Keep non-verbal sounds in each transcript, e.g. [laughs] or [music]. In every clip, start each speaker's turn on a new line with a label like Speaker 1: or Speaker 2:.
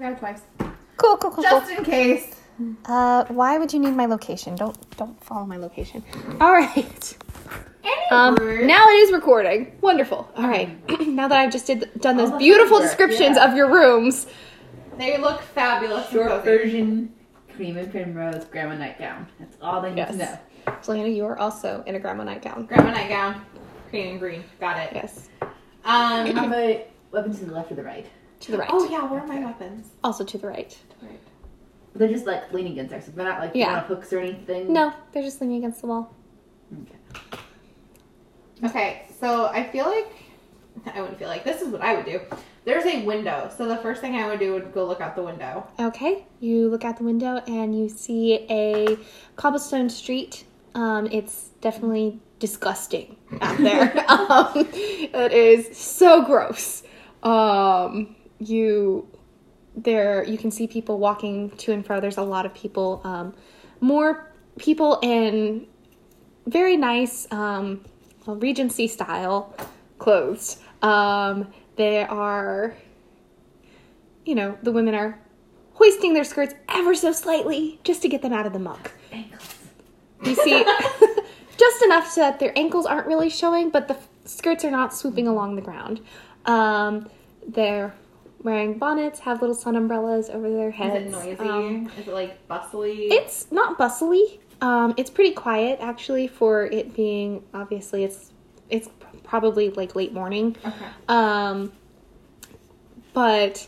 Speaker 1: got it twice.
Speaker 2: Cool, cool, cool, cool.
Speaker 1: Just in case.
Speaker 2: Uh, why would you need my location? Don't don't follow my location. All right. Um,
Speaker 1: Anyway.
Speaker 2: now it is recording. Wonderful. All right. [clears throat] now that I've just did, done those
Speaker 1: All the
Speaker 2: beautiful
Speaker 1: homework,
Speaker 2: descriptions
Speaker 1: yeah.
Speaker 2: of your rooms,
Speaker 1: They look fabulous.
Speaker 3: Short version, cream and primrose, grandma nightgown. That's all they need
Speaker 2: Yes.
Speaker 3: to know.
Speaker 2: Selena, you are also in a grandma nightgown.
Speaker 1: Grandma nightgown, green and green. Got it.
Speaker 2: Yes.
Speaker 1: Um.
Speaker 3: Remember, weapons to the left or the right.
Speaker 2: To the right.
Speaker 1: Oh yeah, where are my weapons?
Speaker 2: Also to the right.
Speaker 3: They're just like leaning against there, so they're not like
Speaker 2: Yeah.
Speaker 3: yeah. on hooks or anything.
Speaker 2: No, they're just leaning against the wall.
Speaker 3: Okay.
Speaker 1: Okay, so I feel like [laughs] I wouldn't feel like this is what I would do. There's a window, so the first thing I would do would go look out the window.
Speaker 2: Okay. You look out the window and you see a cobblestone street. Um, it's definitely disgusting out there. [laughs] um, it is so gross. Um, you there you can see people walking to and fro. There's a lot of people. Um, more people in very nice um, well, Regency style clothes. Um, they are, you know, the women are hoisting their skirts ever so slightly just to get them out of the muck.
Speaker 3: Ankles.
Speaker 2: You see, [laughs] just enough so that their ankles aren't really showing, but the f- skirts are not swooping along the ground. Um, they're wearing bonnets, have little sun umbrellas over their
Speaker 1: Is
Speaker 2: heads.
Speaker 1: it noisy?
Speaker 2: Um,
Speaker 1: is it like bustly?
Speaker 2: it's not bustly. Um, it's pretty quiet actually for it being obviously it's it's probably like late morning.
Speaker 1: okay.
Speaker 2: Um, but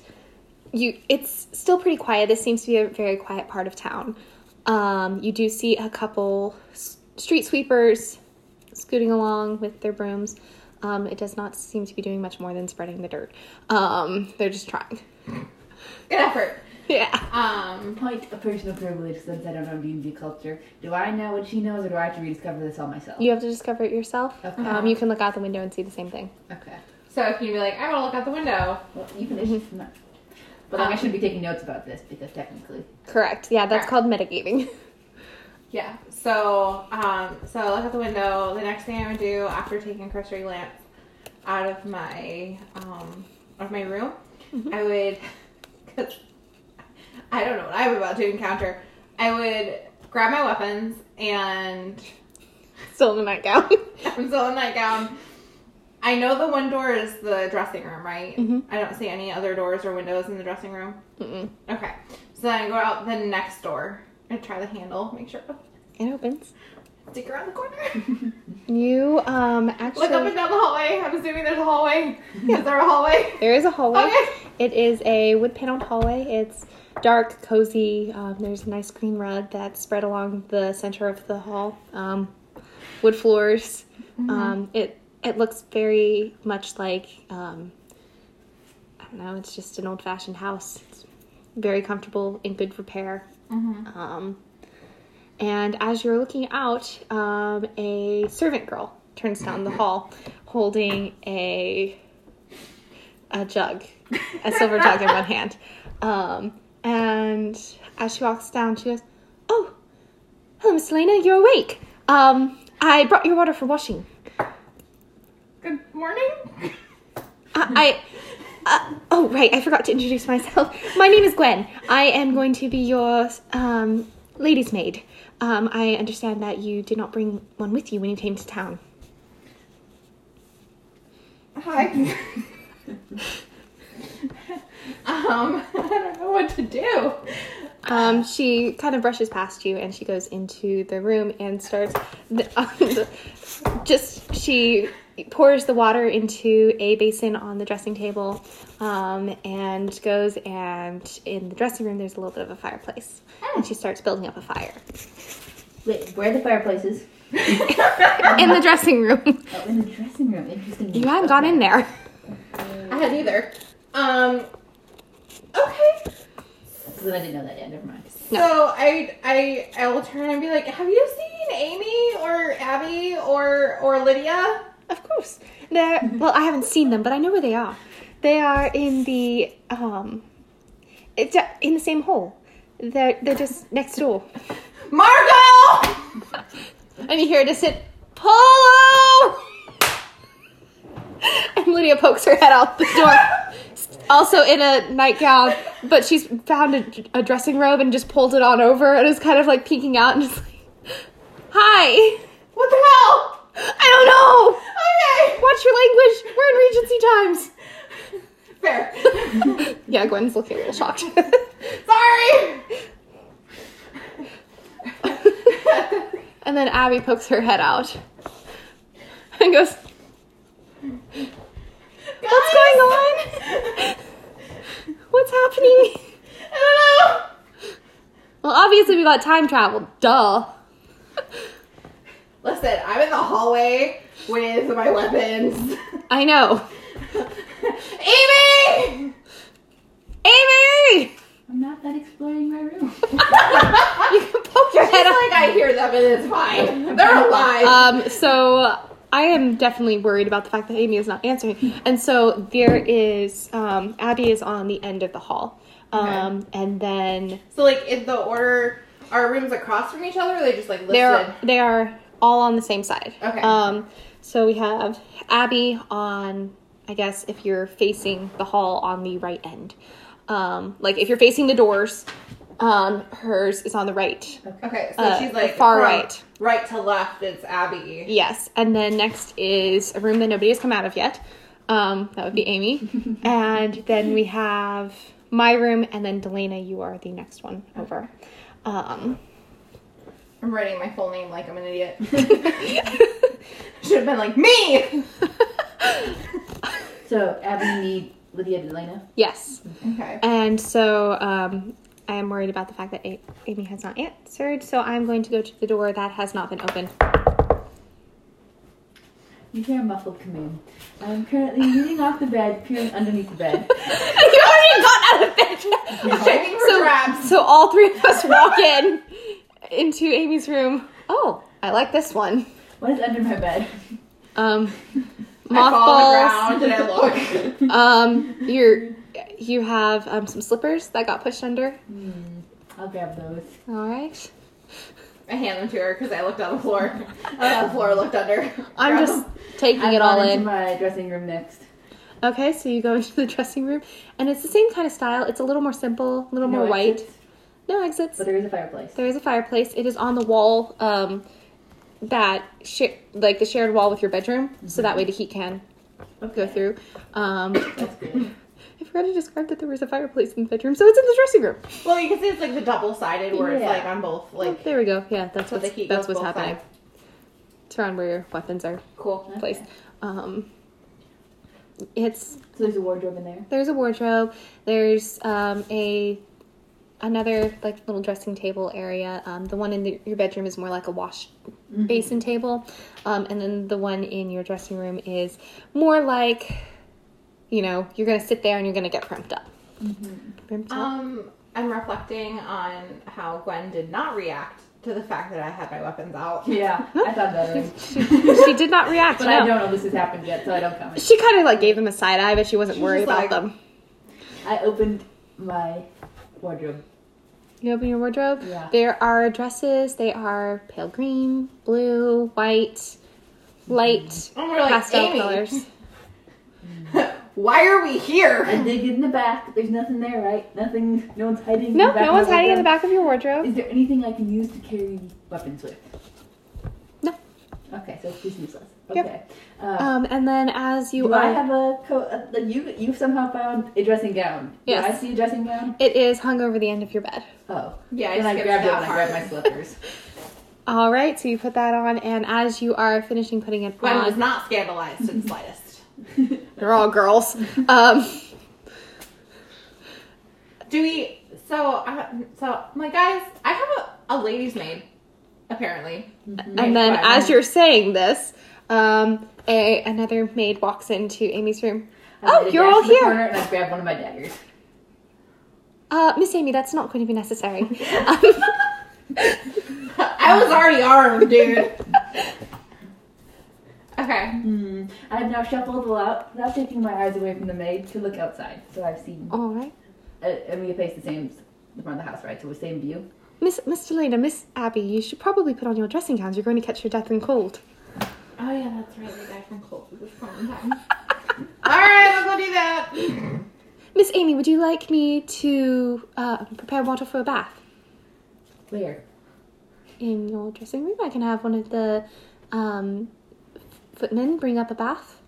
Speaker 2: you it's still pretty quiet. This seems to be a very quiet part of town. Um, you do see a couple s- street sweepers scooting along with their brooms. Um, it does not seem to be doing much more than spreading the dirt. Um, they're just trying. [laughs]
Speaker 1: Good effort.
Speaker 2: Yeah.
Speaker 1: Um.
Speaker 3: Point a person of privilege since I don't know D&D culture. Do I know what she knows or do I have to rediscover this all myself?
Speaker 2: You have to discover it yourself.
Speaker 3: Okay.
Speaker 2: Um, you can look out the window and see the same thing.
Speaker 3: Okay.
Speaker 1: So if you be like, I want to look out the window.
Speaker 3: Well, you finish. No. But
Speaker 2: Um,
Speaker 3: like, I should be taking notes about this because technically.
Speaker 2: Correct. Yeah, that's
Speaker 1: Correct.
Speaker 2: called mitigating.
Speaker 1: Yeah. So um. So I look out the window. The next thing I would do after taking cursory glance out of my um of my room, I would [laughs] because I don't know what I'm about to encounter. I would grab my weapons and
Speaker 2: [laughs]
Speaker 1: [laughs]
Speaker 2: Still in the nightgown. [laughs]
Speaker 1: I'm still in nightgown. I know the one door is the dressing room, right? I don't see any other doors or windows in the dressing room.
Speaker 2: Mm-mm.
Speaker 1: Okay. So then I go out the next door and try the handle, make sure oh,
Speaker 2: It opens.
Speaker 1: stick around the corner. [laughs]
Speaker 2: You um
Speaker 1: Look up
Speaker 2: actually
Speaker 1: and down the hallway. I'm assuming there's a hallway. Is there a
Speaker 2: [laughs]
Speaker 1: hallway?
Speaker 2: there is a hallway.
Speaker 1: Okay.
Speaker 2: It is a wood paneled hallway. It's dark, cozy. Um, there's a nice green rug that's spread along the center of the hall. Um, wood floors. Um, it it looks very much like um, I don't know. It's just an old fashioned house. It's very comfortable in good repair. Um, and as you're looking out, um, a servant girl turns down the hall, holding a a jug, a silver jug in one hand. Um, and as she walks down, she goes, "Oh, hello, Miss Elena. You're awake. Um, I brought your water for washing.
Speaker 1: Good morning.
Speaker 2: I." I uh, oh right, I forgot to introduce myself. My name is Gwen. I am going to be your um, lady's maid. Um, I understand that you did not bring one with you when you came to town.
Speaker 1: Hi. [laughs] um, I don't know what to do.
Speaker 2: Um, she kind of brushes past you and she goes into the room and starts the, um, the- [laughs] just she pours the water into a basin on the dressing table um, and goes and in the dressing room there's a little bit of a fireplace and she starts building up a fire
Speaker 3: Wait, where are the fireplaces?
Speaker 2: in the dressing room [laughs]
Speaker 3: Oh, in the dressing room. Interesting.
Speaker 2: you haven't gone in there
Speaker 1: I had either. Um. Okay.
Speaker 3: So then I didn't know that. Yeah, never mind.
Speaker 2: No.
Speaker 1: So I I I will turn and be like, have you seen Amy or Abby or or Lydia?
Speaker 2: of course they're well i haven't seen them but i know where they are they are in the um it's uh, in the same hole they're, they're just next door
Speaker 1: Margot!
Speaker 2: And you hear it just hit [laughs] Polo! And Lydia pokes her head out the door. also in a nightgown, but she's found a, a dressing robe and just pulled it on over and is kind of like peeking out and is like, "Hi,
Speaker 1: What the hell?
Speaker 2: I don't know.
Speaker 1: Okay.
Speaker 2: Watch your language. We're in Regency times."
Speaker 1: [laughs] Fair. [laughs]
Speaker 2: [laughs] Yeah, Gwen's looking a little shocked. [laughs]
Speaker 1: Sorry.
Speaker 2: and then Abby pokes her head out and goes,
Speaker 1: What's
Speaker 2: going
Speaker 1: [laughs]
Speaker 2: on? "What's happening?"
Speaker 1: I
Speaker 2: Well, obviously we got time travel. Duh.
Speaker 1: don't know. Listen, I'm in the hallway with my weapons. [laughs]
Speaker 2: I know.
Speaker 1: Amy!
Speaker 2: Amy,
Speaker 3: I'm not done exploring my room.
Speaker 2: you can poke your
Speaker 1: She's
Speaker 2: head out.
Speaker 1: like, I hear them and it's fine.
Speaker 2: [laughs]
Speaker 1: They're alive.
Speaker 2: Um, so I am definitely worried about the fact that Amy is not answering. And so there is um, Abby is on the end of the hall. Um, and then
Speaker 1: so, like, in the order, are rooms across from each other? Or are they just like listed?
Speaker 2: they're they are all on the same side.
Speaker 1: Okay.
Speaker 2: Um, so we have Abby on I guess if you're facing the hall on the right end. Um, like if you're facing the doors, um, hers is on the right.
Speaker 1: Okay, so
Speaker 2: Uh,
Speaker 1: she's like
Speaker 2: far
Speaker 1: from
Speaker 2: right.
Speaker 1: right to left. It's Abby.
Speaker 2: Yes, and then next is a room that nobody has come out of yet. Um, that would
Speaker 1: [laughs]
Speaker 2: be Amy, and then we have my room, and then Delana, you are the next one over. Um,
Speaker 1: I'm writing my full name like I'm an
Speaker 2: [laughs]
Speaker 1: idiot. [laughs] Should have been like me.
Speaker 3: So Abby, me, Lydia, and Elena.
Speaker 2: yes,
Speaker 1: Okay.
Speaker 2: and so um, I am worried about the fact that a- Amy has not answered, so I'm going to go to the door that has not been opened. [laughs]
Speaker 3: You hear a muffled command. I'm currently leaning off the bed, peering underneath the bed.
Speaker 2: you already got out of bed.
Speaker 1: Checking for traps.
Speaker 2: So all three of us walk in into Amy's room. Oh, I like this one.
Speaker 3: What is under my bed?
Speaker 2: Um,
Speaker 1: I fall
Speaker 2: mothballs.
Speaker 1: on the ground and I
Speaker 2: [laughs]
Speaker 1: look.
Speaker 2: Um, you're you have um, some slippers that got pushed under.
Speaker 3: Hmm, I'll grab those.
Speaker 2: All right.
Speaker 1: I hand them to her because I looked on the floor. I on the floor, looked under.
Speaker 2: Uh, I'm
Speaker 1: Grab
Speaker 2: just
Speaker 1: them.
Speaker 2: taking
Speaker 3: I'm
Speaker 2: it all
Speaker 3: going
Speaker 2: in.
Speaker 3: into my dressing room next.
Speaker 2: Okay, so you go [laughs] into the dressing room, and it's the same kind of style. It's a little more simple, a little more
Speaker 3: No
Speaker 2: white.
Speaker 3: exits,
Speaker 2: No exits.
Speaker 3: But there is a fireplace.
Speaker 2: There is a fireplace. It is on the wall um, that sh- like the shared wall with your bedroom, so that way the heat can go through. Um,
Speaker 3: That's good.
Speaker 2: I forgot to describe that there was a fireplace in the bedroom, so it's in the dressing room.
Speaker 1: Well, you can see it's like the double sided where it's
Speaker 3: Yeah.
Speaker 1: like on both. Like,
Speaker 2: Oh, there we go. Yeah, that's
Speaker 1: so the
Speaker 2: what's,
Speaker 1: heat
Speaker 2: that's
Speaker 1: goes
Speaker 2: what's
Speaker 1: both
Speaker 2: happening.
Speaker 1: sides.
Speaker 2: It's around where your weapons are
Speaker 1: Cool.
Speaker 2: [laughs] place. Um, it's
Speaker 3: So there's a wardrobe in there.
Speaker 2: there's a wardrobe. There's um, a another like little dressing table area. Um, the one in the, your bedroom is more like a wash
Speaker 3: Mm-hmm.
Speaker 2: basin table, um, and then the one in your dressing room is more like, you know, you're gonna sit there and you're gonna get primped up.
Speaker 3: Mm-hmm.
Speaker 2: Primped up.
Speaker 1: Um, I'm reflecting on how Gwen did not react to the fact that I had my weapons out.
Speaker 3: Yeah, I thought that. was-
Speaker 2: She, [laughs] she did not react.
Speaker 3: But
Speaker 2: no.
Speaker 3: I don't know if this has happened yet, so I don't comment.
Speaker 2: She kind of like gave them a side eye, but she wasn't
Speaker 1: She's
Speaker 2: worried
Speaker 1: just like-
Speaker 2: about them.
Speaker 3: I opened my wardrobe.
Speaker 2: You open your wardrobe.
Speaker 3: Yeah.
Speaker 2: There are dresses. They are pale green, blue, white, light,
Speaker 1: And we're like,
Speaker 2: pastel
Speaker 1: Amy.
Speaker 2: colors.
Speaker 1: [laughs]
Speaker 2: Oh
Speaker 1: Why are we
Speaker 3: I
Speaker 1: here?
Speaker 3: dig in the back. There's nothing there, right? Nothing. No one's hiding.
Speaker 2: [laughs]
Speaker 3: in
Speaker 2: No,
Speaker 3: the back
Speaker 2: no
Speaker 3: of
Speaker 2: one's hiding in the
Speaker 3: wardrobe.
Speaker 2: back of your wardrobe.
Speaker 3: Is there anything I can use to carry weapons with?
Speaker 2: No.
Speaker 3: Okay, so she's useless. Okay.
Speaker 2: Yep.
Speaker 3: Uh,
Speaker 2: Um, and then as you
Speaker 3: do
Speaker 2: are,
Speaker 3: I have a coat? uh, like, you you somehow found a dressing gown.
Speaker 2: Yes.
Speaker 3: Do I see a dressing gown?
Speaker 2: it is hung over the end of your bed.
Speaker 3: Oh.
Speaker 1: Yeah, I
Speaker 3: Then I
Speaker 1: skipped
Speaker 3: grabbed it
Speaker 1: that
Speaker 3: and I
Speaker 1: part.
Speaker 3: grabbed
Speaker 1: [laughs]
Speaker 3: my slippers. [laughs]
Speaker 2: All right, so you put that on, and as you are finishing putting it
Speaker 1: Gwen was
Speaker 2: on,
Speaker 1: not scandalized in the slightest.
Speaker 2: they're all
Speaker 3: [laughs]
Speaker 2: girls. Um,
Speaker 1: Do we? So, uh, so my guys, I have a, a lady's maid, apparently.
Speaker 2: and then
Speaker 1: Right.
Speaker 2: as you're saying this, um, a another maid walks into Amy's room.
Speaker 3: I made
Speaker 2: Oh,
Speaker 3: a
Speaker 2: you're
Speaker 3: dash
Speaker 2: all
Speaker 3: to the
Speaker 2: here.
Speaker 3: corner and I grabbed one of my daggers.
Speaker 2: Uh, Miss Amy, that's not going to be
Speaker 3: [laughs]
Speaker 2: necessary. Um,
Speaker 1: I was already armed,
Speaker 2: [laughs]
Speaker 1: dude. okay.
Speaker 3: Hmm. I've now shuffled out without taking my eyes away from the maid to look outside. So I've seen.
Speaker 2: all right.
Speaker 3: Uh, and we face the same the front of the house, right? So the same view.
Speaker 2: Miss, Miss Delena, Miss Abby, you should probably put on your dressing gowns. You're going to catch your death and cold.
Speaker 1: Oh yeah, [laughs] that's right. The guy from Colt was All right, I'll go do that.
Speaker 2: Miss Amy, would you like me to uh, prepare water for a bath
Speaker 3: Where?
Speaker 2: in your dressing room? I can have one of the um, footmen bring up a bath.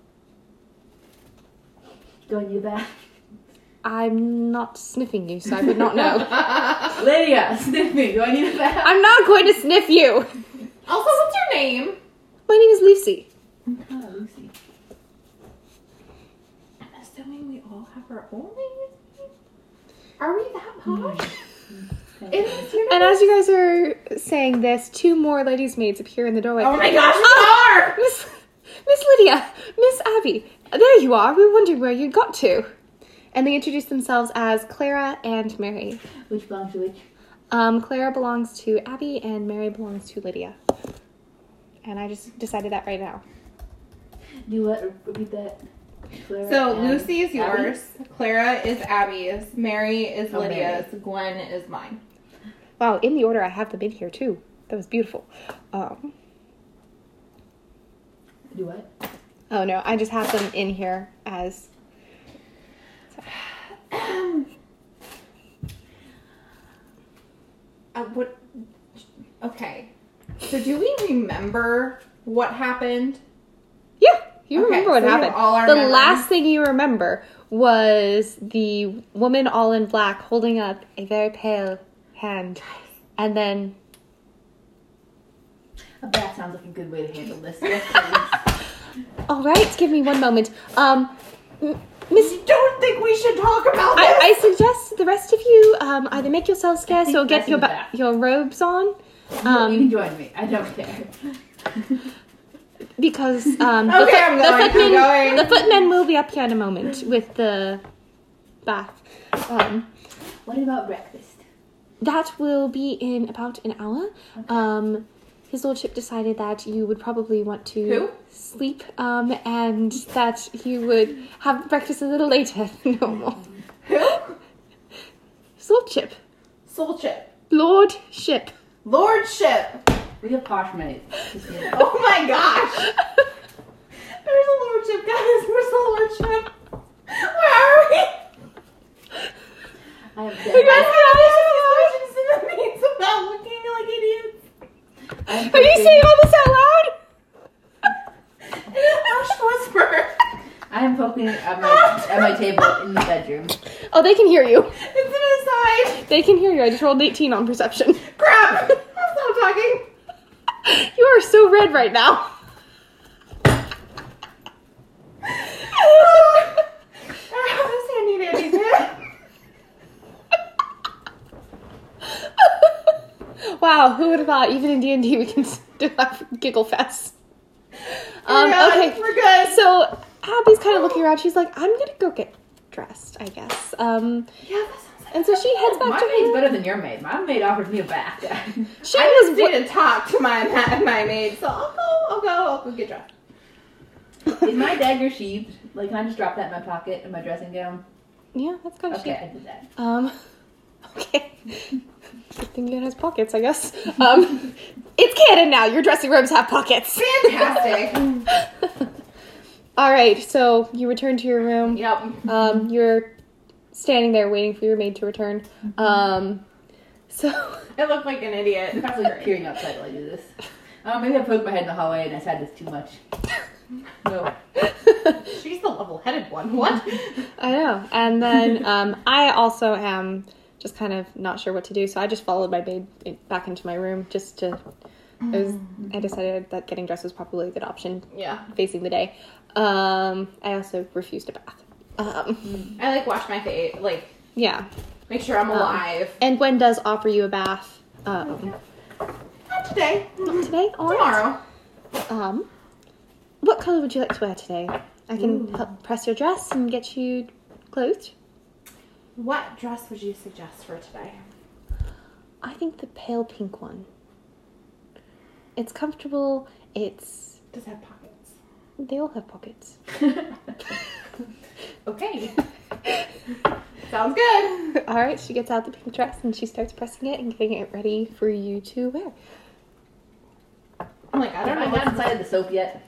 Speaker 3: Going to the bath. [laughs]
Speaker 2: I'm not sniffing you, so I would
Speaker 1: [laughs]
Speaker 2: not know.
Speaker 3: Lydia, [laughs] sniff me. Do I need a bath?
Speaker 2: I'm not going to sniff you.
Speaker 1: Also, what's your name?
Speaker 2: My name is Lucy. Uh,
Speaker 3: Oh, Lucy.
Speaker 1: I'm assuming we all have our own names. Are we that posh? It is your
Speaker 2: And as you guys are saying this, two more ladies' maids appear in the doorway.
Speaker 1: Oh my gosh, we are!
Speaker 2: Miss, Miss Lydia, Miss Abby, there you are. We were wondering where you got to. And they introduce themselves as Clara and Mary.
Speaker 3: Which belongs to which?
Speaker 2: Um, Clara belongs to Abby, and Mary belongs to Lydia. And I just decided that right now.
Speaker 3: Do what? Re- Repeat that. Clara
Speaker 1: So
Speaker 3: and
Speaker 1: Lucy is
Speaker 3: Abby?
Speaker 1: yours, Clara is Abby's, Mary is
Speaker 3: Oh,
Speaker 1: Lydia's, Gwen is mine.
Speaker 2: Wow, in the order I have them in here too. That was beautiful. Um,
Speaker 3: Do what?
Speaker 2: oh no, I just have them in here as.
Speaker 1: Uh, what? Okay. So do we remember what happened?
Speaker 2: Yeah, you
Speaker 1: Okay,
Speaker 2: remember what
Speaker 1: so you
Speaker 2: happened.
Speaker 1: all are
Speaker 2: the
Speaker 1: remembering.
Speaker 2: last thing you remember was the woman all in black holding up a very pale hand, and then
Speaker 3: A bath sounds like a good way to handle [laughs] this. Yes, please.
Speaker 2: All right, give me one moment. Um, m- Miss,
Speaker 1: Don't think we should talk about this.
Speaker 2: I, I suggest the rest of you um, either make yourselves scarce or
Speaker 3: think
Speaker 2: get
Speaker 3: that's
Speaker 2: your
Speaker 3: in the
Speaker 2: ba-
Speaker 3: back.
Speaker 2: your robes on,
Speaker 3: you
Speaker 2: um,
Speaker 3: can join me. I don't care.
Speaker 1: [laughs]
Speaker 2: because um, the,
Speaker 1: Mm-hmm. Okay,
Speaker 2: foot-
Speaker 1: I'm
Speaker 2: the
Speaker 1: going, I'm
Speaker 2: footmen
Speaker 1: going.
Speaker 2: the footmen will be up here in a moment with the bath. Um,
Speaker 3: What about breakfast?
Speaker 2: that will be in about an hour. Um, his lordship decided that you would probably want to
Speaker 1: Who?
Speaker 2: sleep, um, and that you would have breakfast a little later [laughs] than normal.
Speaker 1: Who?
Speaker 2: His lordship.
Speaker 1: Soulship.
Speaker 2: Lordship. [laughs]
Speaker 1: Lordship.
Speaker 3: We have [laughs] Poshmates. Just kidding.
Speaker 1: Oh my gosh. There's a lordship, guys. Where's the lordship? Where are we?
Speaker 3: I have
Speaker 1: You
Speaker 3: dead.
Speaker 1: guys have these questions in the means about looking like idiots.
Speaker 3: I'm
Speaker 2: Are you
Speaker 3: thinking-
Speaker 2: saying all this out loud?
Speaker 1: In a hushed whisper.
Speaker 3: I am poking at my at my table in the [laughs] bedroom.
Speaker 2: Oh, they can hear you.
Speaker 1: It's an aside.
Speaker 2: They can hear you. I just rolled an 18 on perception. [laughs]
Speaker 1: Crap. I'll stop talking.
Speaker 2: You are so red right now. [laughs]
Speaker 1: I don't have a sandy dandy.
Speaker 2: Wow, who would have thought? Even in D and D, we can [laughs] still have giggle fest. Um,
Speaker 1: We're good.
Speaker 2: okay,
Speaker 1: We're good.
Speaker 2: so Abby's kind of looking around. She's like, "I'm gonna go get dressed, I guess." Um,
Speaker 1: Yeah, that sounds like
Speaker 2: and so she heads back
Speaker 3: My
Speaker 2: to
Speaker 3: maid's
Speaker 2: her.
Speaker 3: better than your maid. My maid offers me a [laughs] bath.
Speaker 2: She
Speaker 1: I just
Speaker 2: was
Speaker 1: didn't talk to my ma- my maid, so I'll go, I'll go, I'll go get dressed.
Speaker 3: Is my dagger sheathed? Like, can I just drop that in my pocket in my dressing gown?
Speaker 2: yeah, that's kind of
Speaker 3: Okay, I did that.
Speaker 2: Um, [laughs] okay. Good thing you in his pockets, I guess. Um, [laughs] it's canon now. Your dressing rooms have pockets.
Speaker 1: Fantastic.
Speaker 2: [laughs] All right. So you return to your room.
Speaker 1: yep.
Speaker 2: Um, you're standing there waiting for your maid to return. Um, so [laughs]
Speaker 1: I look like an idiot.
Speaker 3: I'm
Speaker 1: That's
Speaker 3: probably
Speaker 1: great.
Speaker 3: peering outside while I do this. Um, maybe I poked my head in the hallway and I said this too much. No.
Speaker 1: She's the level-headed one. What?
Speaker 2: I know. And then um, I also am just kind of not sure what to do, so I just followed my maid in- back into my room just to. I was. I decided that getting dressed was probably a good option
Speaker 1: [laughs] Yeah.
Speaker 2: facing the day. Um, I also refused a bath. Um,
Speaker 1: I like wash my face, like
Speaker 2: yeah,
Speaker 1: make sure I'm alive.
Speaker 2: and Gwen does offer you a bath um,
Speaker 1: Not today.
Speaker 2: today or
Speaker 1: Tomorrow.
Speaker 2: Um, what color would you like to wear today? I can help press your dress and get you clothed.
Speaker 1: What dress would you suggest for today?
Speaker 2: I think the pale pink one. It's comfortable. It's
Speaker 1: Does it have pockets?
Speaker 2: they all have pockets.
Speaker 1: Okay. Sounds good.
Speaker 2: all right, she gets out the pink dress and she starts pressing it and getting it ready for you to [laughs] wear.
Speaker 1: I'm like, I
Speaker 3: I
Speaker 1: don't
Speaker 3: don't know
Speaker 1: know
Speaker 3: what's
Speaker 1: what
Speaker 3: inside of the soap yet.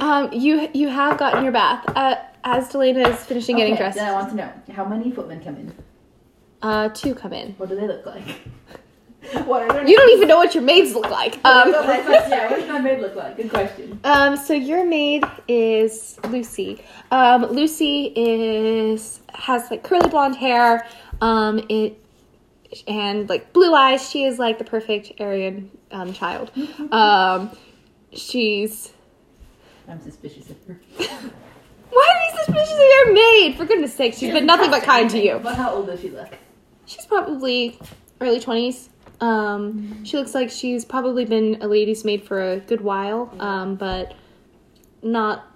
Speaker 2: Um, you you have gotten your bath. Uh, as Delana is finishing getting
Speaker 3: Okay,
Speaker 2: dressed,
Speaker 3: Then I want to know how many footmen come in.
Speaker 2: uh, two come in.
Speaker 3: What do they look [laughs] like?
Speaker 1: What are their
Speaker 2: You don't even know what your maids look like. [laughs] Um,
Speaker 1: What
Speaker 3: That's my- yeah, what does my maid look like? Good question.
Speaker 2: Um, so your maid is Lucy. Um, Lucy is has like curly blonde hair. Um, it and like blue eyes. She is like the perfect Aryan um, child. Um, she's
Speaker 3: I'm suspicious of her.
Speaker 2: why are you suspicious of your maid? For goodness sake, she's been nothing but kind to you.
Speaker 3: But how old does she look?
Speaker 2: She's probably early twenties.
Speaker 3: Mm-hmm.
Speaker 2: Um, she looks like she's probably been a lady's maid for a good while, um, but not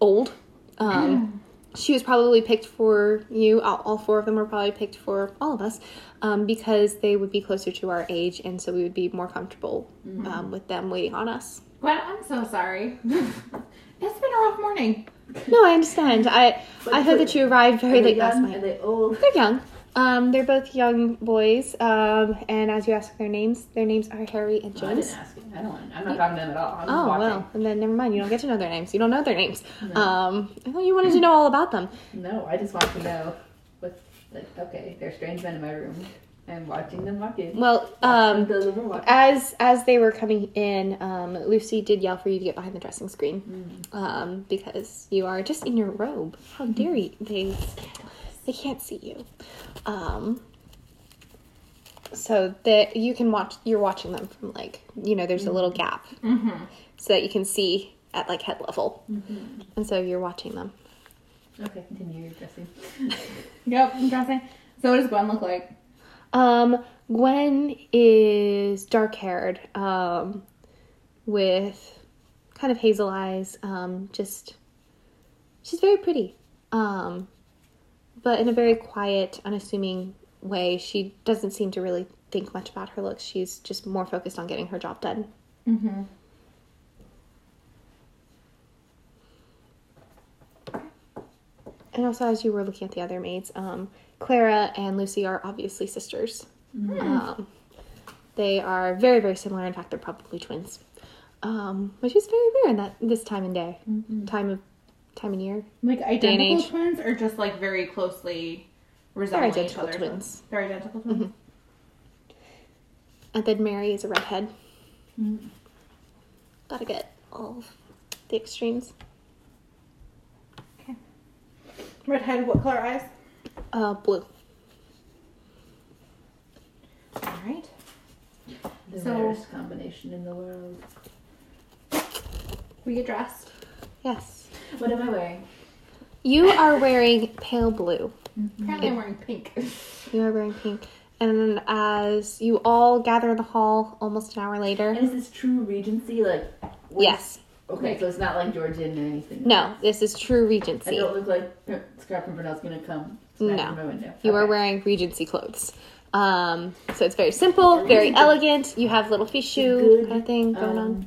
Speaker 2: old.
Speaker 3: [clears throat]
Speaker 2: Um, she was probably picked for you. All, all four of them were probably picked for all of us um, because they would be closer to our age, and so we would be more comfortable
Speaker 3: Mm-hmm.
Speaker 2: um, with them waiting on us.
Speaker 1: Gwen, I'm so sorry. [laughs] it's been a rough morning.
Speaker 2: No, I understand. I
Speaker 3: But
Speaker 2: I heard that you arrived very
Speaker 3: Are they
Speaker 2: late last
Speaker 3: young?
Speaker 2: night.
Speaker 3: Are they old?
Speaker 2: They're young. Um, they're both young boys, um, and as you ask their names, their names are Harry and
Speaker 3: No, I didn't
Speaker 2: Jonas.
Speaker 3: ask. I don't. I'm not talking to them at all. I'm just
Speaker 2: Oh
Speaker 3: watching.
Speaker 2: well, and then never mind. You don't get to know their names. You don't know their names. Um, I thought you wanted to know all about them.
Speaker 3: No, I just want to know. What's like? Okay, there are strange men in my room. I'm watching them walk in.
Speaker 2: Well,
Speaker 3: Watching
Speaker 2: um,
Speaker 3: those of them walk.
Speaker 2: as as they were coming in, um, Lucy did yell for you to get behind the dressing screen,
Speaker 3: Mm.
Speaker 2: um, because you are just in your robe. How dare you? They they can't see you. Um, so that you can watch, you're watching them from like you know, there's a
Speaker 3: Mm.
Speaker 2: little gap
Speaker 1: Mm-hmm.
Speaker 2: so that you can see at like head level, and so you're watching them.
Speaker 3: Okay, continue your dressing.
Speaker 1: Yep, interesting. So what does Gwen look like?
Speaker 2: Um, Gwen is dark haired, um, with kind of hazel eyes. Um, just she's very pretty, um, but in a very quiet, unassuming way. She doesn't seem to really think much about her looks. She's just more focused on getting her job done.
Speaker 1: Mm-hmm.
Speaker 2: And also, as you were looking at the other maids, um, Clara and Lucy are obviously sisters. Um, they are very, very similar. In fact, they're probably twins, um, which is very rare in that this time and day, time of time and year.
Speaker 1: Like
Speaker 2: and
Speaker 1: identical
Speaker 2: age.
Speaker 1: twins or just like very closely
Speaker 2: They're
Speaker 1: resembling each
Speaker 2: identical
Speaker 1: other?
Speaker 2: twins.
Speaker 1: They're identical twins.
Speaker 2: And then Mary is a redhead. Gotta get all of the extremes. Mm-hmm.
Speaker 1: Redhead, what color eyes?
Speaker 2: Uh, blue.
Speaker 1: All right.
Speaker 3: The
Speaker 1: So-
Speaker 3: rarest combination in the world.
Speaker 1: We get dressed.
Speaker 2: Yes.
Speaker 3: What am I wearing?
Speaker 2: You are wearing pale blue.
Speaker 1: Apparently, I'm wearing pink. [laughs]
Speaker 2: You are wearing pink. And as you all gather in the hall, almost an hour
Speaker 3: And
Speaker 2: later.
Speaker 3: is this true Regency? Like, what-
Speaker 2: Yes.
Speaker 3: Okay, so it's not like Georgian or anything.
Speaker 2: No, this is true
Speaker 3: I
Speaker 2: Regency.
Speaker 3: don't look like Pim- Scrap Pimpernel's gonna come smash
Speaker 2: No.
Speaker 3: through my window.
Speaker 2: You are
Speaker 3: Okay.
Speaker 2: wearing Regency clothes. Um, so it's very simple, very elegant. You have little fichu
Speaker 3: Good,
Speaker 2: kind of thing going on.
Speaker 3: um,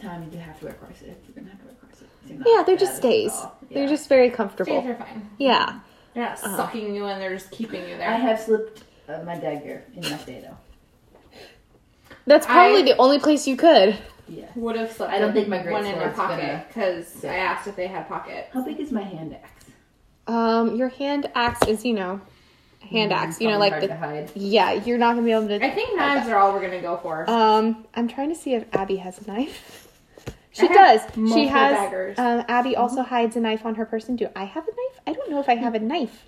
Speaker 3: Time to have to wear corset. You're gonna have to wear corset.
Speaker 2: Yeah, they're just stays. They're just very comfortable. Uh-huh.
Speaker 1: Shades are fine.
Speaker 2: Yeah.
Speaker 1: They're not sucking you in, they're just keeping you there.
Speaker 3: I have slipped uh, my dagger in my though.
Speaker 2: That's probably
Speaker 1: I-
Speaker 2: the only place you could.
Speaker 3: Yeah.
Speaker 1: would have slipped
Speaker 3: I don't think my
Speaker 1: in-
Speaker 3: great
Speaker 1: one in their
Speaker 3: sword's
Speaker 1: pocket
Speaker 3: gonna-
Speaker 1: because I asked if they had pocket.
Speaker 3: How big is my hand axe?
Speaker 2: Um, your hand axe is, you know, a hand axe. You know,
Speaker 3: Mm, Probably
Speaker 2: like
Speaker 3: hard to
Speaker 2: the
Speaker 3: hide.
Speaker 2: Yeah, you're not gonna be able
Speaker 1: I
Speaker 2: to
Speaker 1: think knives are all we're gonna go for.
Speaker 2: Um, I'm trying to see if Abby has a knife. She
Speaker 1: I
Speaker 2: does.
Speaker 1: have
Speaker 2: She
Speaker 1: multiple
Speaker 2: has.
Speaker 1: daggers.
Speaker 2: Um, Abby also
Speaker 3: Mm-hmm.
Speaker 2: hides a knife on her person. Do I have a knife? I don't know if I have a knife.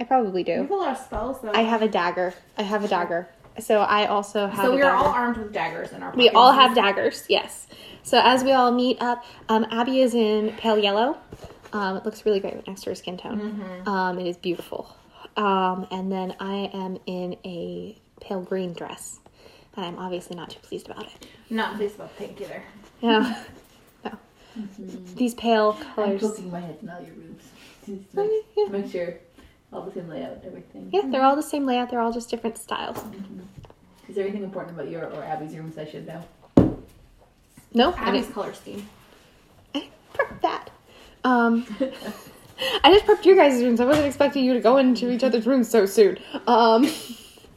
Speaker 2: I probably
Speaker 1: we
Speaker 2: do.
Speaker 1: have a lot of spells though.
Speaker 2: I have a dagger. I have a dagger. So I also have.
Speaker 1: so
Speaker 2: a
Speaker 1: we are all
Speaker 2: dagger.
Speaker 1: armed with daggers in our pockets.
Speaker 2: We all have daggers. Yes. So as we all meet up, um, Abby is in pale yellow. Um, it looks really great next to her skin tone.
Speaker 1: Mm-hmm.
Speaker 2: Um, it is beautiful. Um, and then I am in a pale green dress, and I'm obviously not too pleased about it. [laughs]
Speaker 1: not pleased about pink either.
Speaker 2: Yeah. no.
Speaker 1: Mm-hmm.
Speaker 2: These pale
Speaker 3: I'm
Speaker 2: colors.
Speaker 3: poking my head in all your rooms. [laughs] Just to
Speaker 2: Okay,
Speaker 3: make,
Speaker 2: yeah.
Speaker 3: make sure all the same layout and everything.
Speaker 2: Yeah, they're all the same layout. They're all just different styles.
Speaker 3: Is there anything important about your or Abby's rooms I should know?
Speaker 2: No, I
Speaker 1: Abby's
Speaker 2: didn't,
Speaker 1: color scheme.
Speaker 2: I didn't prep Eh, that. Um, I just prepped your guys' rooms. I wasn't expecting you to go into each other's rooms so soon. Um, [laughs]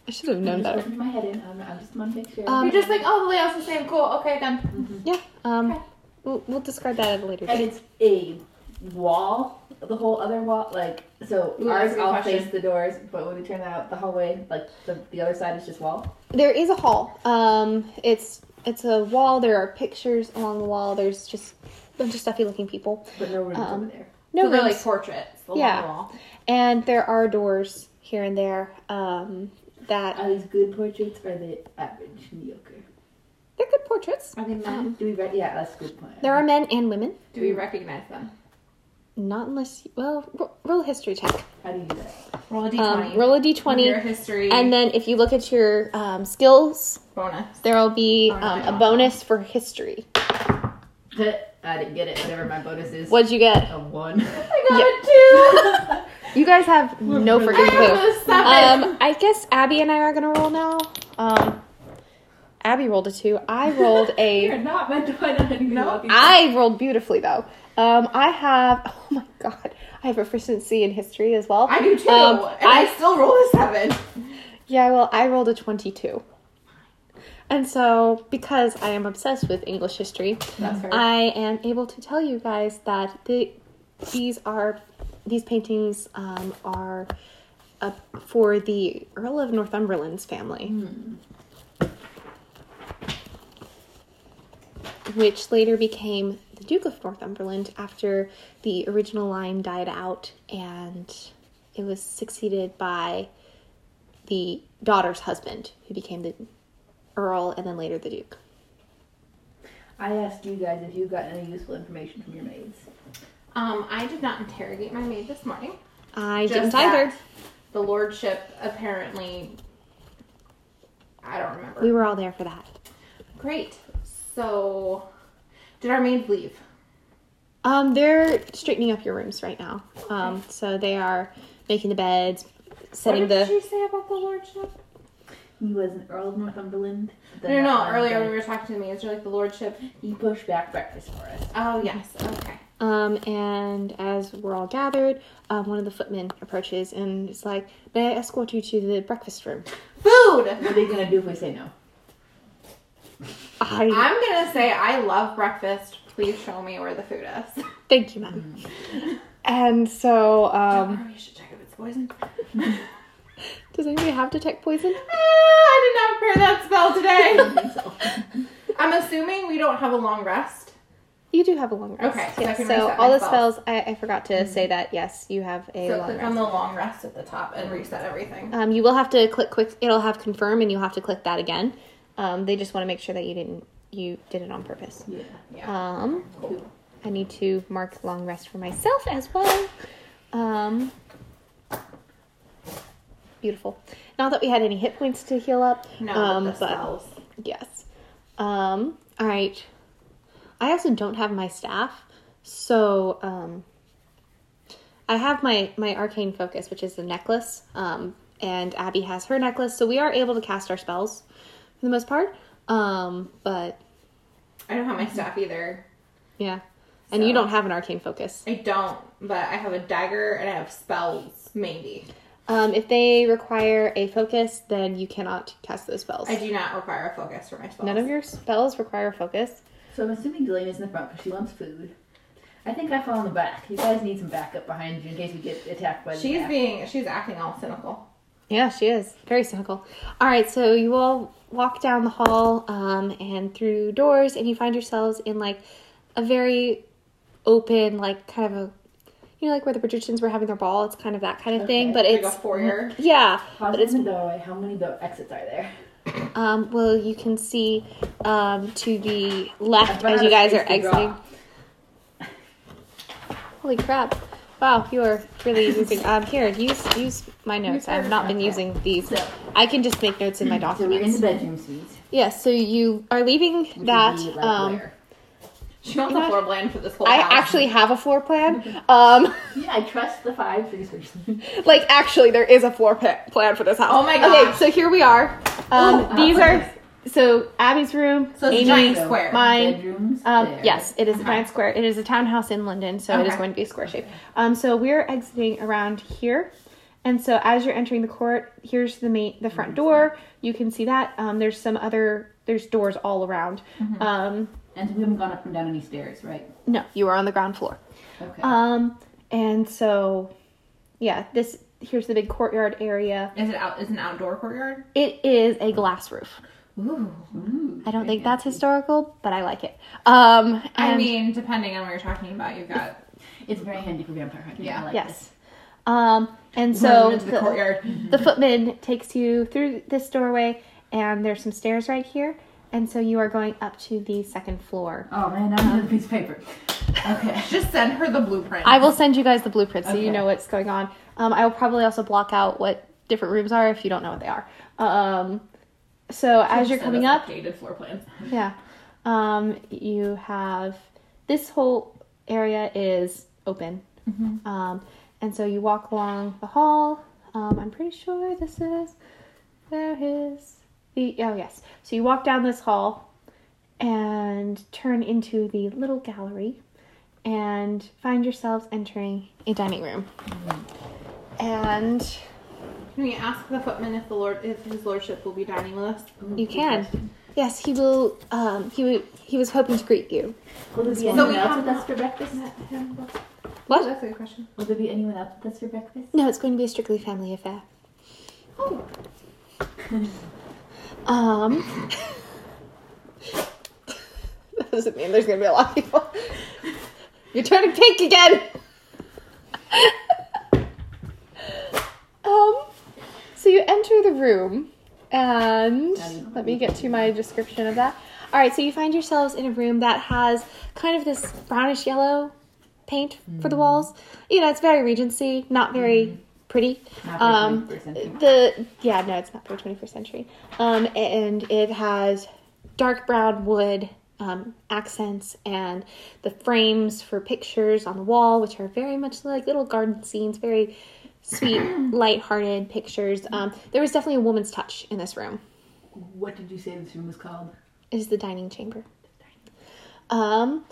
Speaker 2: I should have known
Speaker 3: I'm just
Speaker 2: better.
Speaker 3: poking my head in. I'm, I just want to make sure.
Speaker 2: Um,
Speaker 1: You're just like, oh, the layout's the same. Cool. Okay, done.
Speaker 2: Yeah. Um,
Speaker 1: Okay.
Speaker 2: we'll, we'll describe that at a later
Speaker 3: and
Speaker 2: date.
Speaker 3: it's a wall, the whole other wall, like so
Speaker 1: Ooh, that's
Speaker 3: ours
Speaker 1: a good
Speaker 3: all
Speaker 1: question.
Speaker 3: face the doors, but when we turn out the hallway, like the, the other side is just wall.
Speaker 2: There is a hall. Um, it's it's a wall. There are pictures along the wall. There's just a bunch of stuffy looking people.
Speaker 3: But no rooms
Speaker 2: Um,
Speaker 3: over there.
Speaker 2: No
Speaker 1: so they're
Speaker 2: rooms.
Speaker 1: like portraits along
Speaker 2: Yeah.
Speaker 1: the wall.
Speaker 2: and there are doors here and there. Um, that
Speaker 3: Are these good portraits or are they average, mediocre?
Speaker 2: they're good portraits.
Speaker 1: Are they men?
Speaker 2: Um,
Speaker 3: Do we write? Yeah, that's a good point.
Speaker 2: There are men and women.
Speaker 1: Do we recognize them?
Speaker 2: Not unless you, well, ro- roll a history check.
Speaker 3: How do you do that?
Speaker 1: Roll a d20.
Speaker 2: Um, roll a
Speaker 1: Your
Speaker 2: d20,
Speaker 1: history
Speaker 2: and then if you look at your um, skills,
Speaker 1: bonus.
Speaker 2: there will be
Speaker 1: Alright,
Speaker 2: um,
Speaker 1: awesome.
Speaker 2: a bonus for history.
Speaker 3: I didn't get it. Whatever my bonus is.
Speaker 2: What'd you get?
Speaker 3: A one.
Speaker 1: I got a two.
Speaker 3: [laughs]
Speaker 2: You guys have no
Speaker 1: I
Speaker 2: freaking clue.
Speaker 1: got a seven.
Speaker 2: [laughs] Um, I guess Abby and I are gonna roll now. Um, Abby rolled a two. I rolled
Speaker 3: You're [laughs]
Speaker 2: a.
Speaker 3: not meant to find out anything about these.
Speaker 2: I rolled beautifully though. Um, I have. [laughs] Oh my god, I have proficiency in history as well.
Speaker 1: I do too.
Speaker 2: Um,
Speaker 1: and I,
Speaker 2: I
Speaker 1: still roll a seven.
Speaker 2: yeah. Well, I rolled a twenty-two. And so, because I am obsessed with English history,
Speaker 1: That's right.
Speaker 2: I am able to tell you guys that the, these are these paintings um, are uh, for the Earl of Northumberland's family,
Speaker 1: Hmm.
Speaker 2: which later became the Duke of Northumberland after the original line died out, and it was succeeded by the daughter's husband, who became the Earl and then later the Duke.
Speaker 3: I asked you guys if you got any useful information from your maids.
Speaker 1: Um, I did not interrogate my maid this morning.
Speaker 2: I
Speaker 1: Just
Speaker 2: didn't
Speaker 1: that
Speaker 2: either.
Speaker 1: The lordship apparently. I don't remember.
Speaker 2: We were all there for that.
Speaker 1: Great. So, did our maid leave?
Speaker 2: Um, they're straightening up your rooms right now. Um, so they are making the beds, setting
Speaker 1: what did
Speaker 2: the.
Speaker 1: she say about the lordship?
Speaker 3: He was an Earl of Northumberland.
Speaker 1: No, no,
Speaker 3: Then
Speaker 1: no.
Speaker 3: that one
Speaker 1: Earlier when
Speaker 3: day,
Speaker 1: we were talking to the maids, you're like the lordship.
Speaker 3: he pushed back breakfast for us.
Speaker 1: Oh yes. Okay.
Speaker 2: Um, and as we're all gathered, um, one of the footmen approaches and is like, "May I escort you to the breakfast room?"
Speaker 1: Food.
Speaker 3: What are you gonna do if we say no?
Speaker 2: I
Speaker 1: I'm gonna say I love breakfast. Please show me where the food is.
Speaker 2: thank you, ma'am.
Speaker 1: Mm.
Speaker 2: And so, um,
Speaker 1: Oh, you should check if it's poison.
Speaker 2: does anybody have detect poison?
Speaker 1: Ah, I did not prepare that spell today.
Speaker 3: So,
Speaker 1: [laughs] I'm assuming we don't have a long rest.
Speaker 2: You do have a long rest.
Speaker 1: Okay, so I
Speaker 2: Yes.
Speaker 1: can
Speaker 2: So
Speaker 1: reset my
Speaker 2: all the
Speaker 1: spells.
Speaker 2: spells, I, I forgot to say that. Yes, you have a
Speaker 1: So
Speaker 2: long
Speaker 1: click
Speaker 2: rest.
Speaker 1: on the long rest at the top and reset everything.
Speaker 2: Um, you will have to click quick. It'll have confirm, and you'll have to click that again. Um, they just want to make sure that you didn't you did it on purpose.
Speaker 3: yeah.
Speaker 1: Yeah.
Speaker 2: Um,
Speaker 3: Cool.
Speaker 2: I need to mark long rest for myself as well. Um, beautiful. Not that we had any hit points to heal up.
Speaker 1: No,
Speaker 2: um,
Speaker 1: with the spells.
Speaker 2: yes. Um, all right. I also don't have my staff, so um, I have my my arcane focus, which is the necklace, um, and Abby has her necklace, so we are able to cast our spells for the most part. Um, but
Speaker 1: I don't have my staff either.
Speaker 2: yeah, and you
Speaker 1: So-
Speaker 2: don't have an arcane focus.
Speaker 1: I don't, but I have a dagger and I have spells, maybe.
Speaker 2: Um, if they require a focus, then you cannot cast those spells.
Speaker 1: I do not require a focus for my spells.
Speaker 2: None of your spells require a focus.
Speaker 3: So I'm assuming Delaney's in the front because she wants food. I think I fall in the back. You guys need some backup behind you in case we get attacked by the
Speaker 1: She's
Speaker 3: back.
Speaker 1: being, she's acting all cynical.
Speaker 2: Yeah, she is. Very cynical. All right, so you all walk down the hall um, and through doors, and you find yourselves in like a very open, like kind of a, you know, like where the Bridgertons were having their ball. It's kind of that kind of thing,
Speaker 3: Okay,
Speaker 2: but
Speaker 1: Like
Speaker 2: it's.
Speaker 1: a foyer.
Speaker 2: yeah,
Speaker 3: Pause
Speaker 2: but it's
Speaker 3: in the doorway. How many door exits are there?
Speaker 2: um well you can see um to the
Speaker 3: I've
Speaker 2: left
Speaker 3: run
Speaker 2: as
Speaker 3: out
Speaker 2: you
Speaker 3: of
Speaker 2: guys
Speaker 3: space
Speaker 2: are
Speaker 3: to draw.
Speaker 2: exiting. Holy crap. Wow, you are
Speaker 3: [laughs]
Speaker 2: really using um here, use use my notes. I have not been
Speaker 3: Okay.
Speaker 2: using these.
Speaker 3: So-
Speaker 2: I can just make notes in my
Speaker 3: So we're in
Speaker 2: documents.
Speaker 3: the bedroom suite.
Speaker 2: Yes, so you are leaving
Speaker 3: which
Speaker 2: that.
Speaker 3: would be, like,
Speaker 2: Um,
Speaker 3: where?
Speaker 1: She wants
Speaker 2: You
Speaker 1: a
Speaker 2: know-
Speaker 1: floor plan for this whole
Speaker 2: I
Speaker 1: house.
Speaker 2: actually have a floor plan. Um,
Speaker 3: Yeah, I trust the five researchers. [laughs]
Speaker 2: like actually, there is a floor pa- plan for this house.
Speaker 1: Oh my
Speaker 2: Okay,
Speaker 1: gosh.
Speaker 2: so here we are. Um,
Speaker 3: Ooh,
Speaker 2: these
Speaker 3: uh,
Speaker 2: are so Abby's room.
Speaker 1: So it's a
Speaker 2: Amy's-
Speaker 1: giant square.
Speaker 2: mine,
Speaker 3: Bedrooms.
Speaker 2: Um,
Speaker 3: there.
Speaker 2: yes, it is a giant square. It is a townhouse in London, so it is
Speaker 1: Okay.
Speaker 2: going to be square shape. Um, so we're exiting around here, and so as you're entering the court, here's the main the front door. You can see that um, there's some other there's doors all around. Um,
Speaker 3: And we haven't gone up and down any stairs, right?
Speaker 2: No, you were on the ground floor.
Speaker 3: Okay.
Speaker 2: Um, and so, yeah, this here's the big courtyard area.
Speaker 1: Is it out? Is an outdoor courtyard?
Speaker 2: It is a glass roof.
Speaker 1: Ooh.
Speaker 3: Ooh,
Speaker 2: I don't
Speaker 3: very
Speaker 2: think that's historical, but I like it. Um, and,
Speaker 1: I mean, depending on what you're talking about, you've
Speaker 2: [laughs]
Speaker 1: got
Speaker 3: handy. it's very handy for vampire hunting.
Speaker 1: Yeah.
Speaker 3: I like this.
Speaker 2: yes. Um, and
Speaker 1: running
Speaker 2: so
Speaker 1: into the, courtyard.
Speaker 2: the footman takes you through this doorway, and there's some stairs right here, and so you are going up to the second floor.
Speaker 3: Oh man, now another piece of paper. Okay.
Speaker 1: Just send her the blueprint.
Speaker 2: I will send you guys the blueprint so you
Speaker 3: Okay.
Speaker 2: know what's going on. Um, I will probably also block out what different rooms are if you don't know what they are. Um, so as you're
Speaker 1: Send
Speaker 2: coming
Speaker 1: us
Speaker 2: up,
Speaker 1: updated floor plans.
Speaker 2: Yeah. Um, you have this whole area is open. Um, and so you walk along the hall. Um, I'm pretty sure this is where is the oh yes. So you walk down this hall and turn into the little gallery and find yourselves entering a dining room. And
Speaker 1: Can we ask the footman if the lord, if his lordship will be dining with us?
Speaker 2: you can. Yes, he will um, he would he was hoping to greet you.
Speaker 3: Will there be
Speaker 1: So we
Speaker 3: anyone else
Speaker 1: have
Speaker 3: with us for breakfast?
Speaker 1: Oh,
Speaker 2: What?
Speaker 1: that's a good question.
Speaker 3: Will there be anyone else with us for breakfast?
Speaker 2: No, it's going to be a strictly family affair.
Speaker 1: Oh,
Speaker 2: [laughs] Um. [laughs] that doesn't mean there's gonna be a lot of people. You're turning pink again. [laughs] um. So you enter the room, and let me get to my description of that. All right. So you find yourselves in a room that has kind of this brownish yellow paint for the walls. You know, it's very Regency, not very pretty.
Speaker 3: Mm-hmm. Not very
Speaker 2: um,
Speaker 3: 21st century.
Speaker 2: the yeah, no, it's not for 21st century. Um, and it has dark brown wood um, accents and the frames for pictures on the wall, which are very much like little garden scenes, very
Speaker 3: [clears throat]
Speaker 2: sweet, light-hearted pictures. Um, there was definitely a woman's touch in this room.
Speaker 3: What did you say this room was called?
Speaker 2: It is the dining chamber. Um,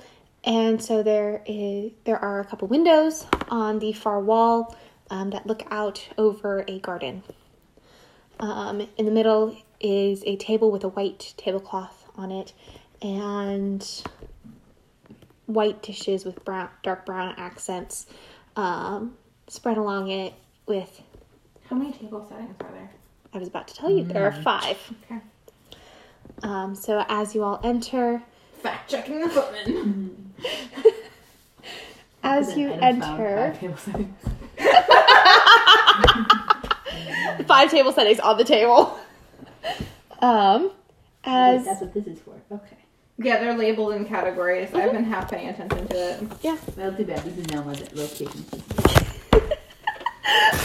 Speaker 2: and so there is there are a couple windows on the far wall um, that look out over a garden. Um, in the middle is a table with a white tablecloth on it, and white dishes with brown dark brown accents um, spread along it. With
Speaker 1: how many table settings are there?
Speaker 2: I was about to tell you there
Speaker 3: Mm-hmm.
Speaker 2: are five.
Speaker 1: Okay.
Speaker 2: Um, so as you all enter,
Speaker 1: Fact checking the footman.
Speaker 2: as you
Speaker 3: Item found,
Speaker 2: enter,
Speaker 3: five table [laughs] settings.
Speaker 2: five table settings on the table. Um,
Speaker 3: Wait,
Speaker 2: as
Speaker 3: That's what this is for. Okay.
Speaker 1: yeah, they're labeled in categories. I've been half paying attention to [laughs] it.
Speaker 3: Well, too bad. This is now my location.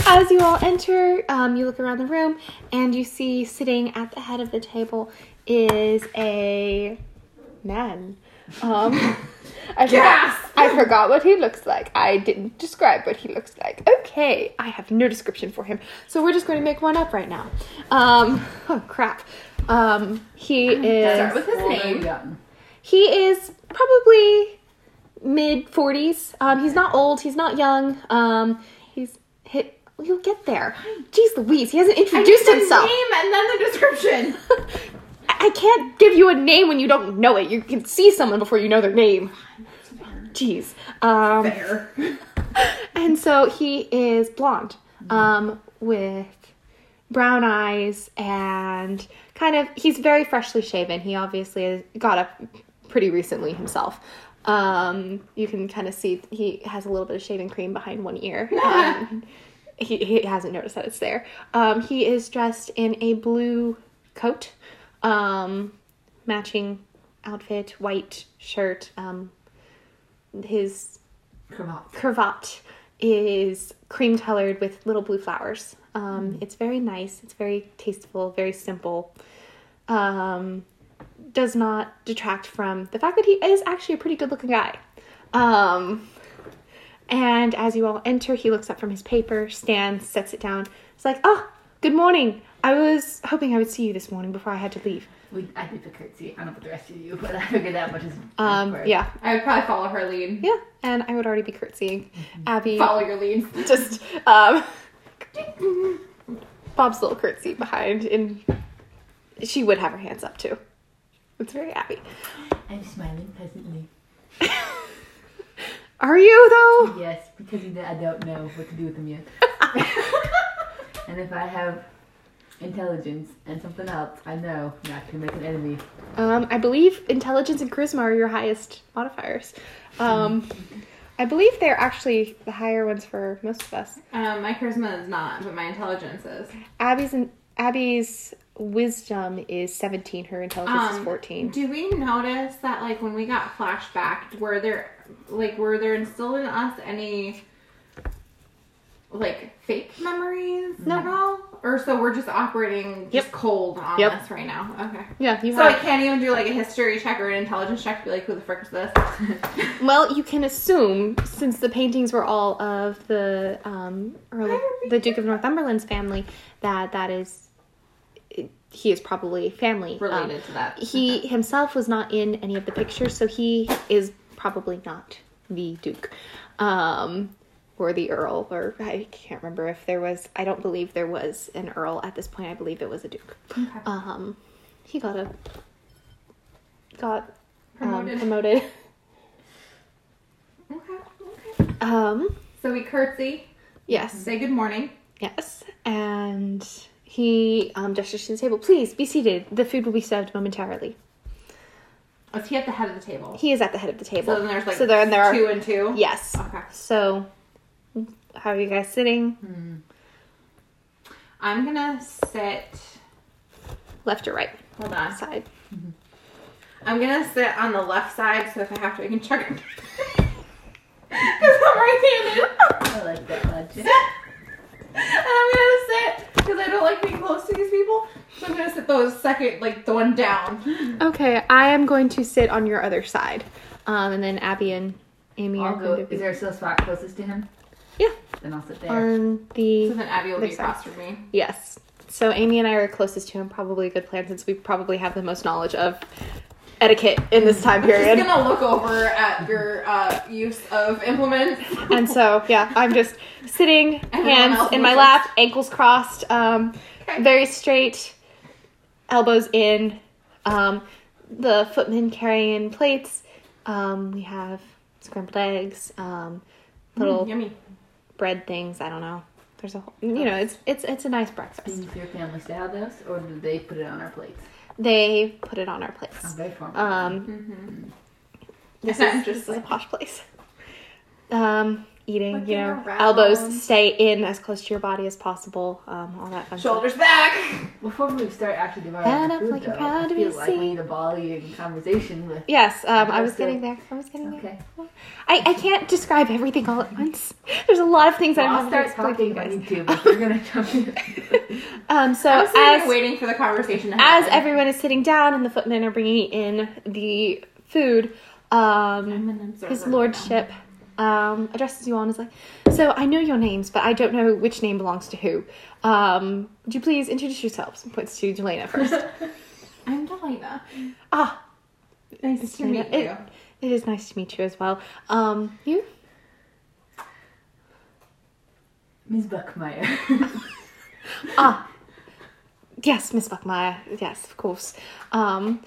Speaker 2: as you all enter, um, you look around the room and you see sitting at the head of the table is a man. Um, I,
Speaker 1: Yes!
Speaker 2: forgot, I forgot what he looks like. I didn't describe what he looks like. Okay, I have no description for him, so we're just going to make one up right now. Um, [laughs] oh crap. Um, he is.
Speaker 1: Start with his name.
Speaker 3: Young.
Speaker 2: He is probably mid 40s. Um, he's not old, he's not young. Um, he's hit. You'll get there. Jeez Louise, he hasn't
Speaker 1: I
Speaker 2: introduced
Speaker 1: need the
Speaker 2: himself. I
Speaker 1: Name and then the description.
Speaker 2: I can't give you a name when you don't know it. You can see someone before you know their name. Jeez. Um,
Speaker 1: Fair.
Speaker 2: [laughs] and so he is blonde um, with brown eyes and kind of he's very freshly shaven he obviously has got up pretty recently himself um, you can kind of see he has a little bit of shaving cream behind one ear um, he, he hasn't noticed that it's there um, he is dressed in a blue coat um, matching outfit white shirt um, his
Speaker 3: Cravat.
Speaker 2: cravat is cream colored with little blue flowers. Um, It's very nice. It's very tasteful. Very simple. Um, does not detract from the fact that he is actually a pretty good looking guy. Um, and as you all enter, he looks up from his paper, stands, sets it down. It's like, oh, good morning. I was hoping I would see you this morning before I had to leave.
Speaker 3: We, I did the curtsy. I don't know about the rest of you, but I figured that much is.
Speaker 2: Um,
Speaker 3: worth.
Speaker 2: yeah,
Speaker 1: I would probably follow her lead.
Speaker 2: yeah. And I would already be curtsying. Abby.
Speaker 1: [laughs] Follow your lead.
Speaker 2: just um, Bob's little curtsy behind, and she would have her hands up too. It's very Abby.
Speaker 3: I I'm smiling pleasantly.
Speaker 2: Are you though?
Speaker 3: Yes, because you know, I don't know what to do with them [laughs] yet. and if I have intelligence and something else, I know not to make an enemy.
Speaker 2: Um, I believe intelligence and charisma are your highest modifiers. Um, I believe they're actually the higher ones for most of us.
Speaker 1: Um, my charisma is not, but my intelligence is.
Speaker 2: Abby's and Abby's wisdom is seventeen. Her intelligence is
Speaker 1: Um,
Speaker 2: fourteen.
Speaker 1: Do we notice that like when we got flashbacked, were there like were there instilled in us any like fake memories at all? Or so we're just operating just cold on
Speaker 2: Yep.
Speaker 1: this right now. Okay.
Speaker 2: Yeah, you
Speaker 1: So I
Speaker 2: have.
Speaker 1: can't even do like a history check or an intelligence check to be like, who the frick is this? [laughs]
Speaker 2: well, you can assume since the paintings were all of the um, earl the Duke of Northumberland's family that that is he is probably family um,
Speaker 1: Related to that.
Speaker 2: he himself was not in any of the pictures, so he is probably not the Duke, um, or the Earl, or I can't remember if there was. I don't believe there was an Earl at this point. I believe it was a Duke. Um, he got a got
Speaker 1: Promoted.
Speaker 2: Um, promoted. [laughs]
Speaker 1: Okay. Okay.
Speaker 2: Um,
Speaker 1: So we curtsy,
Speaker 2: yes,
Speaker 1: say good morning.
Speaker 2: yes, and he um, gestures to the table. Please be seated. The food will be served momentarily.
Speaker 1: Is he at the head of the table?
Speaker 2: He is at the head of the table.
Speaker 1: So then there's like
Speaker 2: so there, there are
Speaker 1: two and two.
Speaker 2: Yes.
Speaker 1: Okay.
Speaker 2: So, how are you guys sitting?
Speaker 1: I'm gonna sit.
Speaker 2: Left or right?
Speaker 1: Hold on.
Speaker 2: Side.
Speaker 1: I'm gonna sit on the left side, so if I have to, I can check. [laughs] Because I'm right-handed,
Speaker 3: I like that logic.
Speaker 1: and I'm gonna sit because I don't like being close to these people. So I'm gonna sit those second, like the one down.
Speaker 2: Okay, I am going to sit on your other side, um, and then Abby and Amy
Speaker 3: I'll
Speaker 2: are
Speaker 3: go.
Speaker 2: going to
Speaker 3: Is
Speaker 2: be
Speaker 3: there still a spot closest to him?
Speaker 2: Yeah.
Speaker 3: Then I'll sit there.
Speaker 2: on
Speaker 1: So
Speaker 2: the
Speaker 1: then Abby will be
Speaker 2: Looks like-
Speaker 1: across from me.
Speaker 2: yes. So Amy and I are closest to him. Probably a good plan since we probably have the most knowledge of etiquette in this time
Speaker 1: She's
Speaker 2: period.
Speaker 1: gonna look over at your uh, use of implements.
Speaker 2: And so yeah, I'm just [laughs] sitting,
Speaker 1: Everyone
Speaker 2: hands
Speaker 1: else
Speaker 2: in my
Speaker 1: moves.
Speaker 2: lap, ankles crossed, um, very straight, elbows in. Um, the footmen carrying plates. Um, we have scrambled eggs, um, little
Speaker 1: Yummy.
Speaker 2: bread things. I don't know. There's a whole, you know, it's it's it's a nice
Speaker 3: Is
Speaker 2: breakfast.
Speaker 3: this your family style does, or do they put it on our plates?
Speaker 2: They put it on our
Speaker 3: I'm
Speaker 2: plates.
Speaker 3: very formal.
Speaker 2: Um, this
Speaker 1: I'm [laughs]
Speaker 2: is
Speaker 1: just
Speaker 2: this is a posh place. Um, eating, you
Speaker 1: Looking
Speaker 2: know,
Speaker 1: around.
Speaker 2: elbows stay in as close to your body as possible. Um, all that fun stuff.
Speaker 1: Shoulders back.
Speaker 3: Before we start actually devouring
Speaker 2: Head
Speaker 3: the
Speaker 2: up
Speaker 3: food,
Speaker 2: like you're
Speaker 3: though,
Speaker 2: proud
Speaker 3: I
Speaker 2: to be
Speaker 3: feel like we
Speaker 2: seen.
Speaker 3: need a volleying conversation with.
Speaker 2: Yes, um, I
Speaker 3: Oh,
Speaker 2: was
Speaker 3: so-
Speaker 2: getting there. I was getting there.
Speaker 3: Okay.
Speaker 2: I, I can't describe everything all at once. There's a lot of things
Speaker 3: Well,
Speaker 2: I'm
Speaker 3: I'll
Speaker 2: having
Speaker 3: start
Speaker 2: to explain
Speaker 3: talking if
Speaker 2: to
Speaker 3: I
Speaker 2: you
Speaker 3: need to, but you're gonna jump in.
Speaker 2: [laughs] guys. Um, so
Speaker 1: I was sitting here
Speaker 2: as
Speaker 1: waiting for the conversation to
Speaker 2: as
Speaker 1: happen.
Speaker 2: everyone is sitting down and the footmen are bringing in the food, um,
Speaker 1: I'm an observer
Speaker 2: his
Speaker 1: right
Speaker 2: lordship um, addresses you all and is like, "So I know your names, but I don't know which name belongs to who. Um, would you please introduce yourselves?" And points
Speaker 1: [laughs]
Speaker 2: to Jelena first.
Speaker 1: now. I'm Delina.
Speaker 2: ah,
Speaker 1: Nice to
Speaker 2: Jelena,
Speaker 1: meet
Speaker 2: it-
Speaker 1: you.
Speaker 2: it is nice to meet you as well. Um, you?
Speaker 3: Ms. Buckmeyer. [laughs]
Speaker 1: [laughs]
Speaker 2: Ah, yes, Miss Buckmeyer. Yes, of course. Um,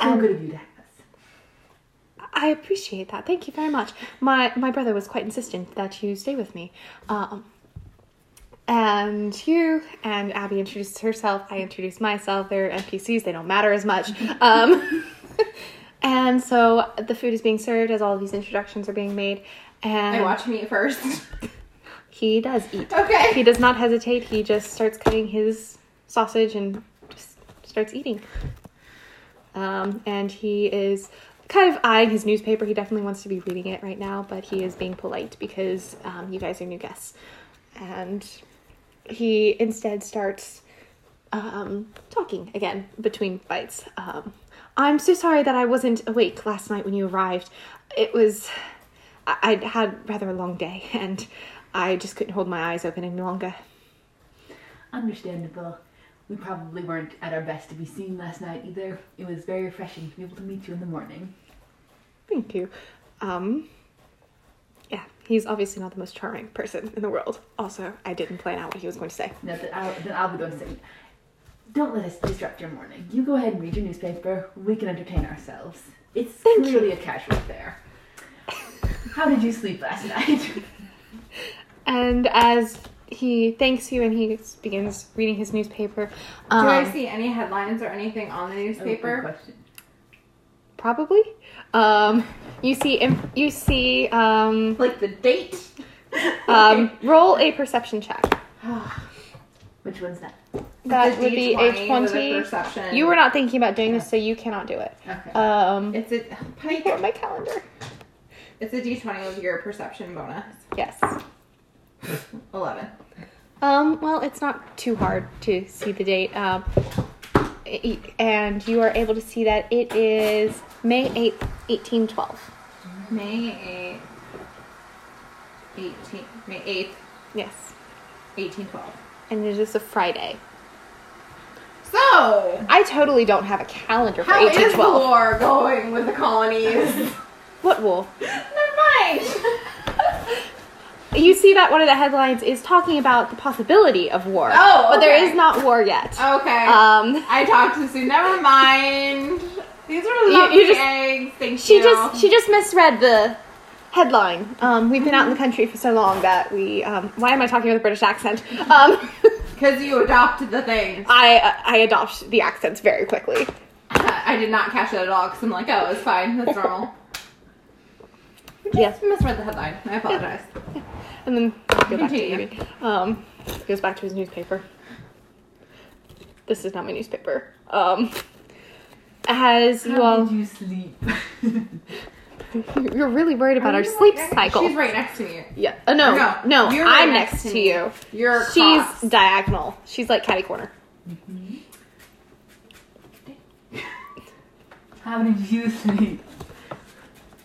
Speaker 3: so good of you to have us.
Speaker 2: I appreciate that. Thank you very much. My my brother was quite insistent that you stay with me. Um, and you and Abby introduced herself. I introduced myself. They're NPCs. They don't matter as much. Um, [laughs] and so the food is being served as all these introductions are being made. And
Speaker 1: I watch me first. [laughs]
Speaker 2: he does eat.
Speaker 1: okay.
Speaker 2: He does not hesitate. He just starts cutting his sausage and just starts eating. Um, and he is kind of eyeing his newspaper. He definitely wants to be reading it right now, but he is being polite because um, you guys are new guests. And he instead starts um, talking again between bites. Um, I'm so sorry that I wasn't awake last night when you arrived. It was. I- I'd had rather a long day [laughs] and I just couldn't hold my eyes open any longer.
Speaker 3: Understandable. We probably weren't at our best to be seen last night either. It was very refreshing to be able to meet you in the morning.
Speaker 2: Thank you. Um, yeah, he's obviously not the most charming person in the world. Also, I didn't plan out what he was going to say.
Speaker 3: Now that I'll, then I'll be going to say, Don't let us disrupt your morning. You go ahead and read your newspaper. We can entertain ourselves. It's
Speaker 2: Thank
Speaker 3: clearly a casual affair. How did you
Speaker 2: [laughs]
Speaker 3: sleep last night?
Speaker 2: And as he thanks you and he begins reading his newspaper,
Speaker 1: Do
Speaker 2: um,
Speaker 1: I see any headlines or anything on the newspaper?
Speaker 3: Good question.
Speaker 2: probably, um, you see im- you see um,
Speaker 1: Like the date?
Speaker 2: [laughs] um, roll a perception check.
Speaker 1: [sighs]
Speaker 3: Which one's that?
Speaker 2: That would be a
Speaker 1: with
Speaker 2: twenty.
Speaker 1: perception.
Speaker 2: You were not thinking about doing this, so you cannot do it.
Speaker 3: Okay.
Speaker 2: Um,
Speaker 1: It's a [laughs]
Speaker 2: I
Speaker 1: Pike.
Speaker 2: have my calendar.
Speaker 1: It's a D twenty with your perception bonus.
Speaker 2: Yes.
Speaker 1: Eleven.
Speaker 2: Um, well, it's not too hard to see the date. Um, e- and you are able to see that it is May 8th, 1812.
Speaker 1: May 8th, 18, May 8th,
Speaker 2: Yes.
Speaker 1: 1812.
Speaker 2: And it is a Friday.
Speaker 1: So,
Speaker 2: I totally don't have a calendar for
Speaker 1: how is the
Speaker 2: 1812.
Speaker 1: war going with the
Speaker 2: [laughs]
Speaker 1: colonies?
Speaker 2: What war?
Speaker 1: Never mind.
Speaker 2: You see that one of the headlines is talking about the possibility of war.
Speaker 1: Oh,
Speaker 2: But there
Speaker 1: okay.
Speaker 2: is not war yet.
Speaker 1: Okay.
Speaker 2: Um,
Speaker 1: I talked to Sue. Never mind. These are
Speaker 2: You- you
Speaker 1: lovely
Speaker 2: just-
Speaker 1: eggs. Thank
Speaker 2: she
Speaker 1: you.
Speaker 2: just she just misread the headline. Um, we've been out in the country for so long that we. Um, why am I talking with a British accent? Um, [laughs]
Speaker 1: because you adopted the thing.
Speaker 2: I uh, I adopt the accents very quickly.
Speaker 1: I did not catch it at all because I'm like, oh, it's fine. That's normal.
Speaker 2: Yes,
Speaker 1: I misread the headline. I apologize.
Speaker 2: and then go
Speaker 1: [laughs]
Speaker 2: back to
Speaker 1: Continue.
Speaker 2: Amy. Um, goes back to his newspaper. This is not my newspaper. Um, as you
Speaker 3: How
Speaker 2: all,
Speaker 3: did you sleep? [laughs]
Speaker 2: you're really worried about
Speaker 1: Are
Speaker 2: our
Speaker 1: you
Speaker 2: sleep
Speaker 1: right next-
Speaker 2: cycle.
Speaker 1: She's right next to you.
Speaker 2: Yeah. Uh, no,
Speaker 1: No,
Speaker 2: no,
Speaker 1: you're right
Speaker 2: I'm
Speaker 1: next
Speaker 2: next
Speaker 1: to
Speaker 2: to,
Speaker 1: me.
Speaker 2: you.
Speaker 1: You're
Speaker 2: She's
Speaker 1: cops.
Speaker 2: diagonal. She's like catty corner.
Speaker 3: How did you sleep?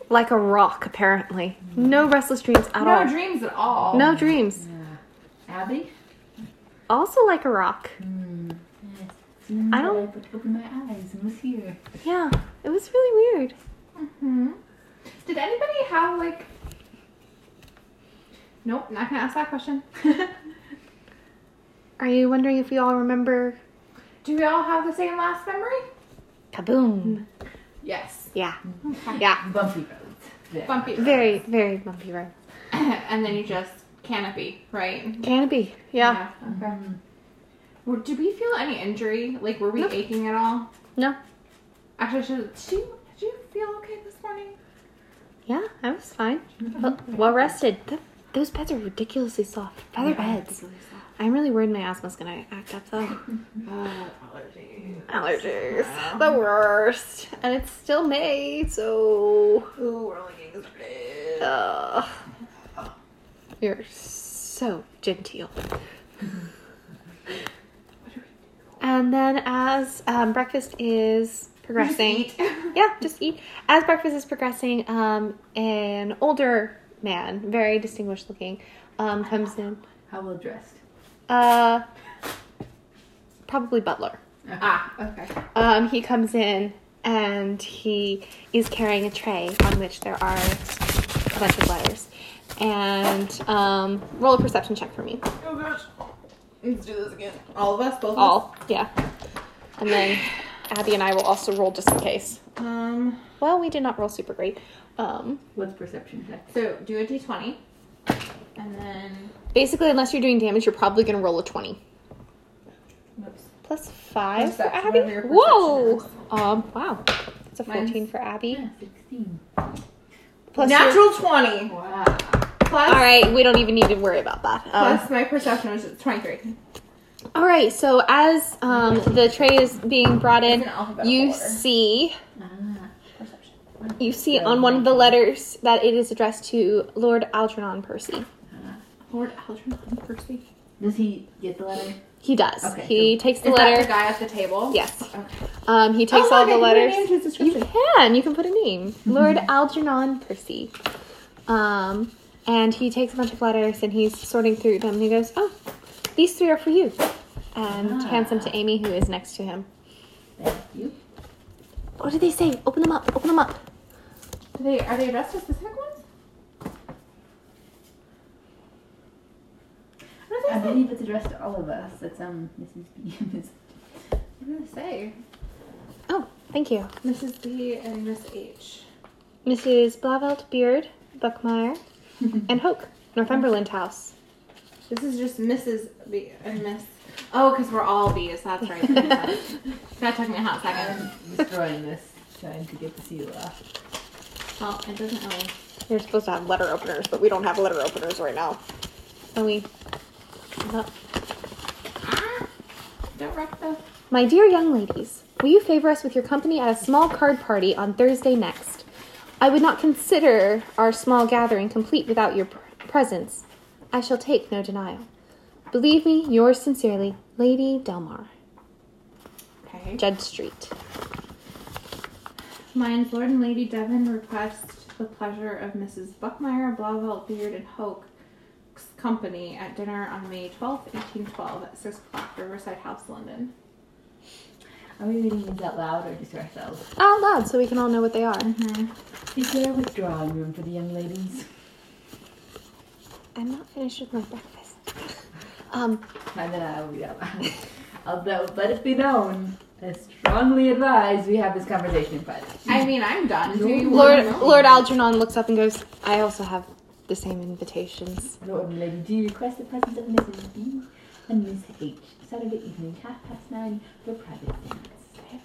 Speaker 2: Like a rock, apparently. No restless dreams at
Speaker 1: No
Speaker 2: all.
Speaker 1: dreams at all.
Speaker 2: no dreams.
Speaker 3: Yeah. Abby?
Speaker 2: Also like a rock.
Speaker 3: Hmm. Yes.
Speaker 2: I don't-
Speaker 3: I put- opened my eyes and was here.
Speaker 2: Yeah. It was really weird.
Speaker 1: hmm Did anybody have like? Nope, not gonna ask that question. [laughs]
Speaker 2: Are you wondering if we all remember
Speaker 1: Do we all have the same last memory?
Speaker 2: Kaboom?
Speaker 1: Yes.
Speaker 2: Yeah. Yeah.
Speaker 3: Bumpy roads. There.
Speaker 1: Bumpy.
Speaker 2: Very, very bumpy road.
Speaker 1: [coughs] and then you just canopy, right?
Speaker 2: Canopy. Yeah.
Speaker 1: Okay.
Speaker 3: Mhm.
Speaker 1: Were- Did we feel any injury? Like, were we
Speaker 2: Nope.
Speaker 1: aching at all?
Speaker 2: No.
Speaker 1: Actually, should, did you did you feel okay this morning?
Speaker 2: Yeah, I was fine. Well, well rested. Th- those beds are ridiculously soft. Feather beds. I'm really worried my asthma's gonna act up [laughs] though.
Speaker 1: Uh, allergies.
Speaker 2: Allergies. The worst. And it's still May, so.
Speaker 1: Ooh, we're only getting started.
Speaker 2: Uh, you're so genteel. And then as um, breakfast is progressing.
Speaker 1: Just eat. [laughs]
Speaker 2: Yeah, just eat. As breakfast is progressing, um, an older man, very distinguished looking, um, comes in.
Speaker 3: How well dressed?
Speaker 2: Uh, probably butler.
Speaker 1: ah, okay.
Speaker 2: Um, he comes in and he is carrying a tray on which there are a bunch of letters. And um, roll a perception check for me.
Speaker 1: Oh gosh. Let's do this again. All of us, both of us?
Speaker 2: All, yeah. And then Abby and I will also roll just in case.
Speaker 1: Um,
Speaker 2: Well, we did not roll super great. Um,
Speaker 3: What's perception check?
Speaker 1: so do a d20. And then.
Speaker 2: basically, unless you're doing damage, you're probably going to roll a 20.
Speaker 1: Oops.
Speaker 2: Plus 5 for
Speaker 1: Perception,
Speaker 2: Abby.
Speaker 1: whatever your perception
Speaker 2: Whoa!
Speaker 1: is.
Speaker 2: Um, wow. It's a 14
Speaker 1: Mine's-
Speaker 2: for Abby.
Speaker 3: Yeah, 16.
Speaker 2: Plus your-
Speaker 1: Natural 20.
Speaker 3: Wow.
Speaker 1: Plus,
Speaker 2: All right, we don't even need to worry about that. Um,
Speaker 1: plus my perception, which is 23.
Speaker 2: All right, so as um, the tray is being brought
Speaker 1: It's
Speaker 2: in,
Speaker 1: in alphabetical
Speaker 2: you
Speaker 1: order.
Speaker 2: see
Speaker 3: Ah.
Speaker 1: Perception.
Speaker 2: you see on one of the letters that it is addressed to Lord Algernon Percy.
Speaker 1: Lord Algernon Percy.
Speaker 3: Does he get the letter?
Speaker 2: He does.
Speaker 3: Okay,
Speaker 2: he takes the
Speaker 1: Is that
Speaker 2: letter.
Speaker 1: the guy at the table?
Speaker 2: Yes.
Speaker 1: Okay.
Speaker 2: Um, he takes
Speaker 1: Oh,
Speaker 2: all
Speaker 1: look, I
Speaker 2: the
Speaker 1: can put a
Speaker 2: Mm-hmm. letters.
Speaker 1: name to his
Speaker 2: You
Speaker 1: description.
Speaker 2: can. You can put a name, Lord Algernon Percy. Um, and he takes a bunch of letters and he's sorting through them. And he goes, "Oh, these three are for you," and hands them to Amy, who is next to him.
Speaker 3: Thank you.
Speaker 2: What do they say? Open them up. Open them up.
Speaker 1: Do they, are they addressed to specific ones? What
Speaker 3: I
Speaker 1: do they say?
Speaker 3: believe it's addressed to all of us. That's um Mrs. B. Miss- [laughs]
Speaker 2: Oh, Thank you.
Speaker 1: Mrs. B and Miss H.
Speaker 2: Mrs. Blavelt, Beard, Buckmeyer, and Hoke, Northumberland House.
Speaker 1: This is just Mrs. B and Miss. Oh, because we're all B's. That's
Speaker 2: [laughs]
Speaker 1: right. that took me a hot second.
Speaker 3: I'm destroying this, trying to get the seal off.
Speaker 1: Well, it doesn't really.
Speaker 2: You're supposed to have letter openers, but we don't have letter openers right now. So we.
Speaker 1: Ah! [gasps] Don't wreck the.
Speaker 2: My dear young ladies, will you favor us with your company at a small card party on Thursday next? I would not consider our small gathering complete without your pr- presence. I shall take no denial. Believe me, yours sincerely, Lady Delmar,
Speaker 1: Okay.
Speaker 2: Judd Street.
Speaker 1: Mine's Lord and Lady Devon request the pleasure of Mrs. Buckmeyer, Blauvelt, Beard, and Hoke's company at dinner on May 12th, 1812, at 6 o'clock, Riverside House, London.
Speaker 3: Are we reading these out loud or just ourselves?
Speaker 2: Out Ah, loud so we can all know what they are.
Speaker 1: Mm-hmm.
Speaker 3: Is there a withdrawing room for the young ladies?
Speaker 2: I'm not finished with my breakfast. [laughs] um,
Speaker 3: And then I'll read out loud. Although, let it be known, I strongly advise we have this conversation in private.
Speaker 1: I mean, I'm done. Do you
Speaker 2: Lord
Speaker 1: wanna know?
Speaker 2: Lord Algernon looks up and goes, "I also have the same invitations."
Speaker 3: Lord and Lady D request the presence of Mrs. B and Miss H. Saturday evening, half past nine, for private dance.
Speaker 1: It's kind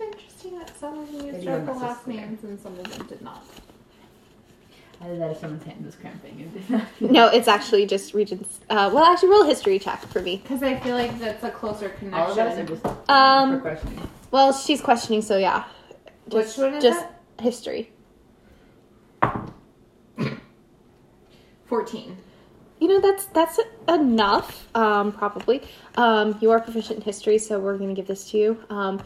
Speaker 1: of interesting that some of them used
Speaker 3: Everyone
Speaker 1: circle
Speaker 3: else is
Speaker 1: last
Speaker 3: square.
Speaker 1: names and some of them did not.
Speaker 3: Either that or someone's hand was cramping and did not
Speaker 2: No, it's actually just Regent's. Uh, well, actually, roll a history check for me.
Speaker 1: Because I feel like that's a closer
Speaker 3: [laughs] All of us are
Speaker 1: connection.
Speaker 3: just
Speaker 2: Um,
Speaker 3: for questioning.
Speaker 2: Well, she's questioning, so yeah.
Speaker 1: Which
Speaker 2: Just,
Speaker 1: one is
Speaker 2: just
Speaker 1: that?
Speaker 2: history.
Speaker 1: 14.
Speaker 2: You know that's that's enough, um, probably. Um, you are proficient in history, so we're going to give this to you. Um,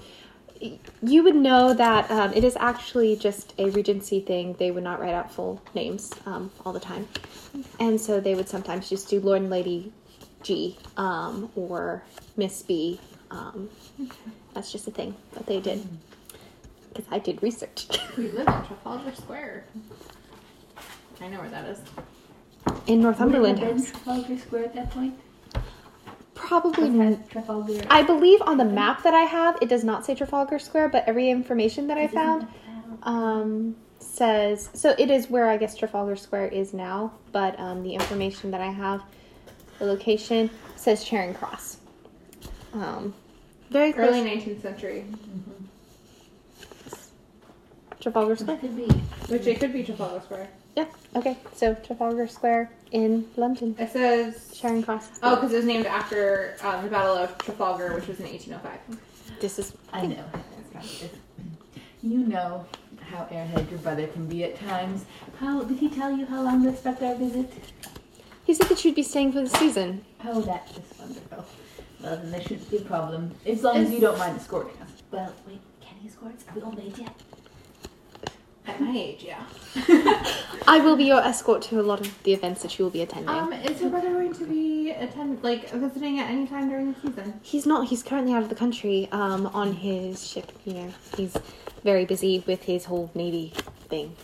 Speaker 2: y- you would know that um, it is actually just a Regency thing. They would not write out full names um, all the time, and so they would sometimes just do Lord and Lady G um, or Miss B. Um, that's just a thing that they did.
Speaker 3: Mm-hmm.
Speaker 2: Because I did research. [laughs]
Speaker 1: We live in Trafalgar Square. I know where that is.
Speaker 2: in Northumberland
Speaker 3: Would it have
Speaker 2: House.
Speaker 3: been Trafalgar Square at that point?
Speaker 2: Probably
Speaker 3: Tra- Trafalgar.
Speaker 2: I believe on the map that I have, it does not say Trafalgar Square, but every information that I found um, says so. It is where I guess Trafalgar Square is now, but um, the information that I have, the location says Charing Cross. Um, very close
Speaker 1: Early 19th century.
Speaker 2: Trafalgar Square.
Speaker 3: What could be?
Speaker 1: Which it could be Trafalgar Square.
Speaker 2: Yeah. Okay. So Trafalgar Square in London,
Speaker 1: It says.
Speaker 2: Charing Cross.
Speaker 1: Oh, because it was named after um, the Battle of Trafalgar, which was in 1805.
Speaker 2: this is
Speaker 3: I know. [clears throat] You know how airheaded your brother can be at times. How did he tell you how long to expect our visit?
Speaker 2: he said that you'd be staying for the season.
Speaker 3: Oh, that's just wonderful. Well, then there shouldn't be a problem as long as you don't mind escorting us. Well, wait, can he escort? us? Are we old age yet?
Speaker 1: At my age, yeah.
Speaker 2: I will be your escort to a lot of the events that you will be
Speaker 1: [laughs]
Speaker 2: attending.
Speaker 1: Um, is your brother going to be attend like visiting at any time during the season?
Speaker 2: He's not. He's currently out of the country um, on his ship. You know, he's very busy with his whole navy thing.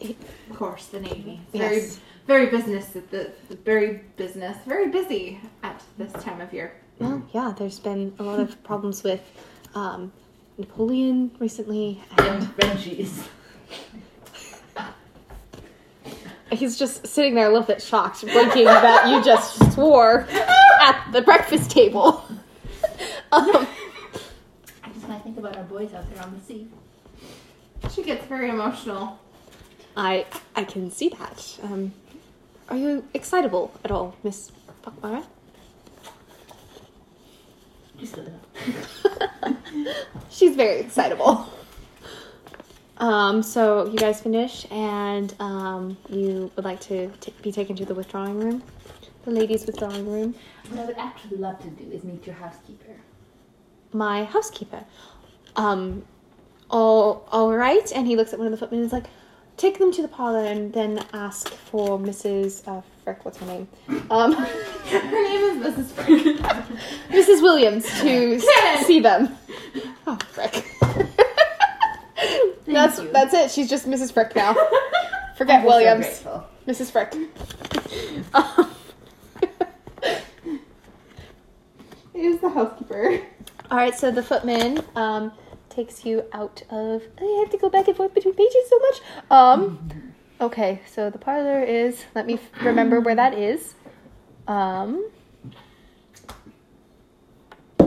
Speaker 1: Of course, the Navy.
Speaker 2: Yes.
Speaker 1: Very, very business at the very business, very busy at this time of year.
Speaker 2: Well, yeah, there's been a lot of problems with um, Napoleon recently,
Speaker 3: And
Speaker 2: and
Speaker 3: Frenchies.
Speaker 2: he's just sitting there a little bit shocked, blinking that you just swore at the breakfast table. [laughs] um,
Speaker 3: I just want to think about our boys out there on the sea.
Speaker 1: She gets very [laughs] emotional.
Speaker 2: I I can see that. Um, are you excitable at all, Miss Buckmara?
Speaker 3: Just a little.
Speaker 2: She's very excitable. Um, so you guys finish, and um, you would like to t- be taken to the withdrawing room, the ladies' withdrawing room.
Speaker 3: What I would actually love to do is meet your housekeeper.
Speaker 2: My housekeeper. Um, all all right. And he looks at one of the footmen and is like, "Take them to the parlor, and then ask for Mrs. Uh, Frick. What's her name? Um,
Speaker 1: Her name is Mrs. Frank.
Speaker 2: Mrs. Williams to
Speaker 3: [laughs]
Speaker 2: s- see them." Oh, Frick. that's
Speaker 3: you.
Speaker 2: that's it. She's just Mrs. Frick
Speaker 3: [laughs]
Speaker 2: now.
Speaker 3: I'm
Speaker 2: Forget
Speaker 3: so
Speaker 2: Williams.
Speaker 3: grateful.
Speaker 2: Mrs. Frick.
Speaker 3: [laughs]
Speaker 2: Um,
Speaker 1: It is the housekeeper.
Speaker 2: all right, so the footman um, takes you out of. I have to go back and forth between pages so much. Um, okay, so the parlor is. Let me f- remember where that is. Um. do,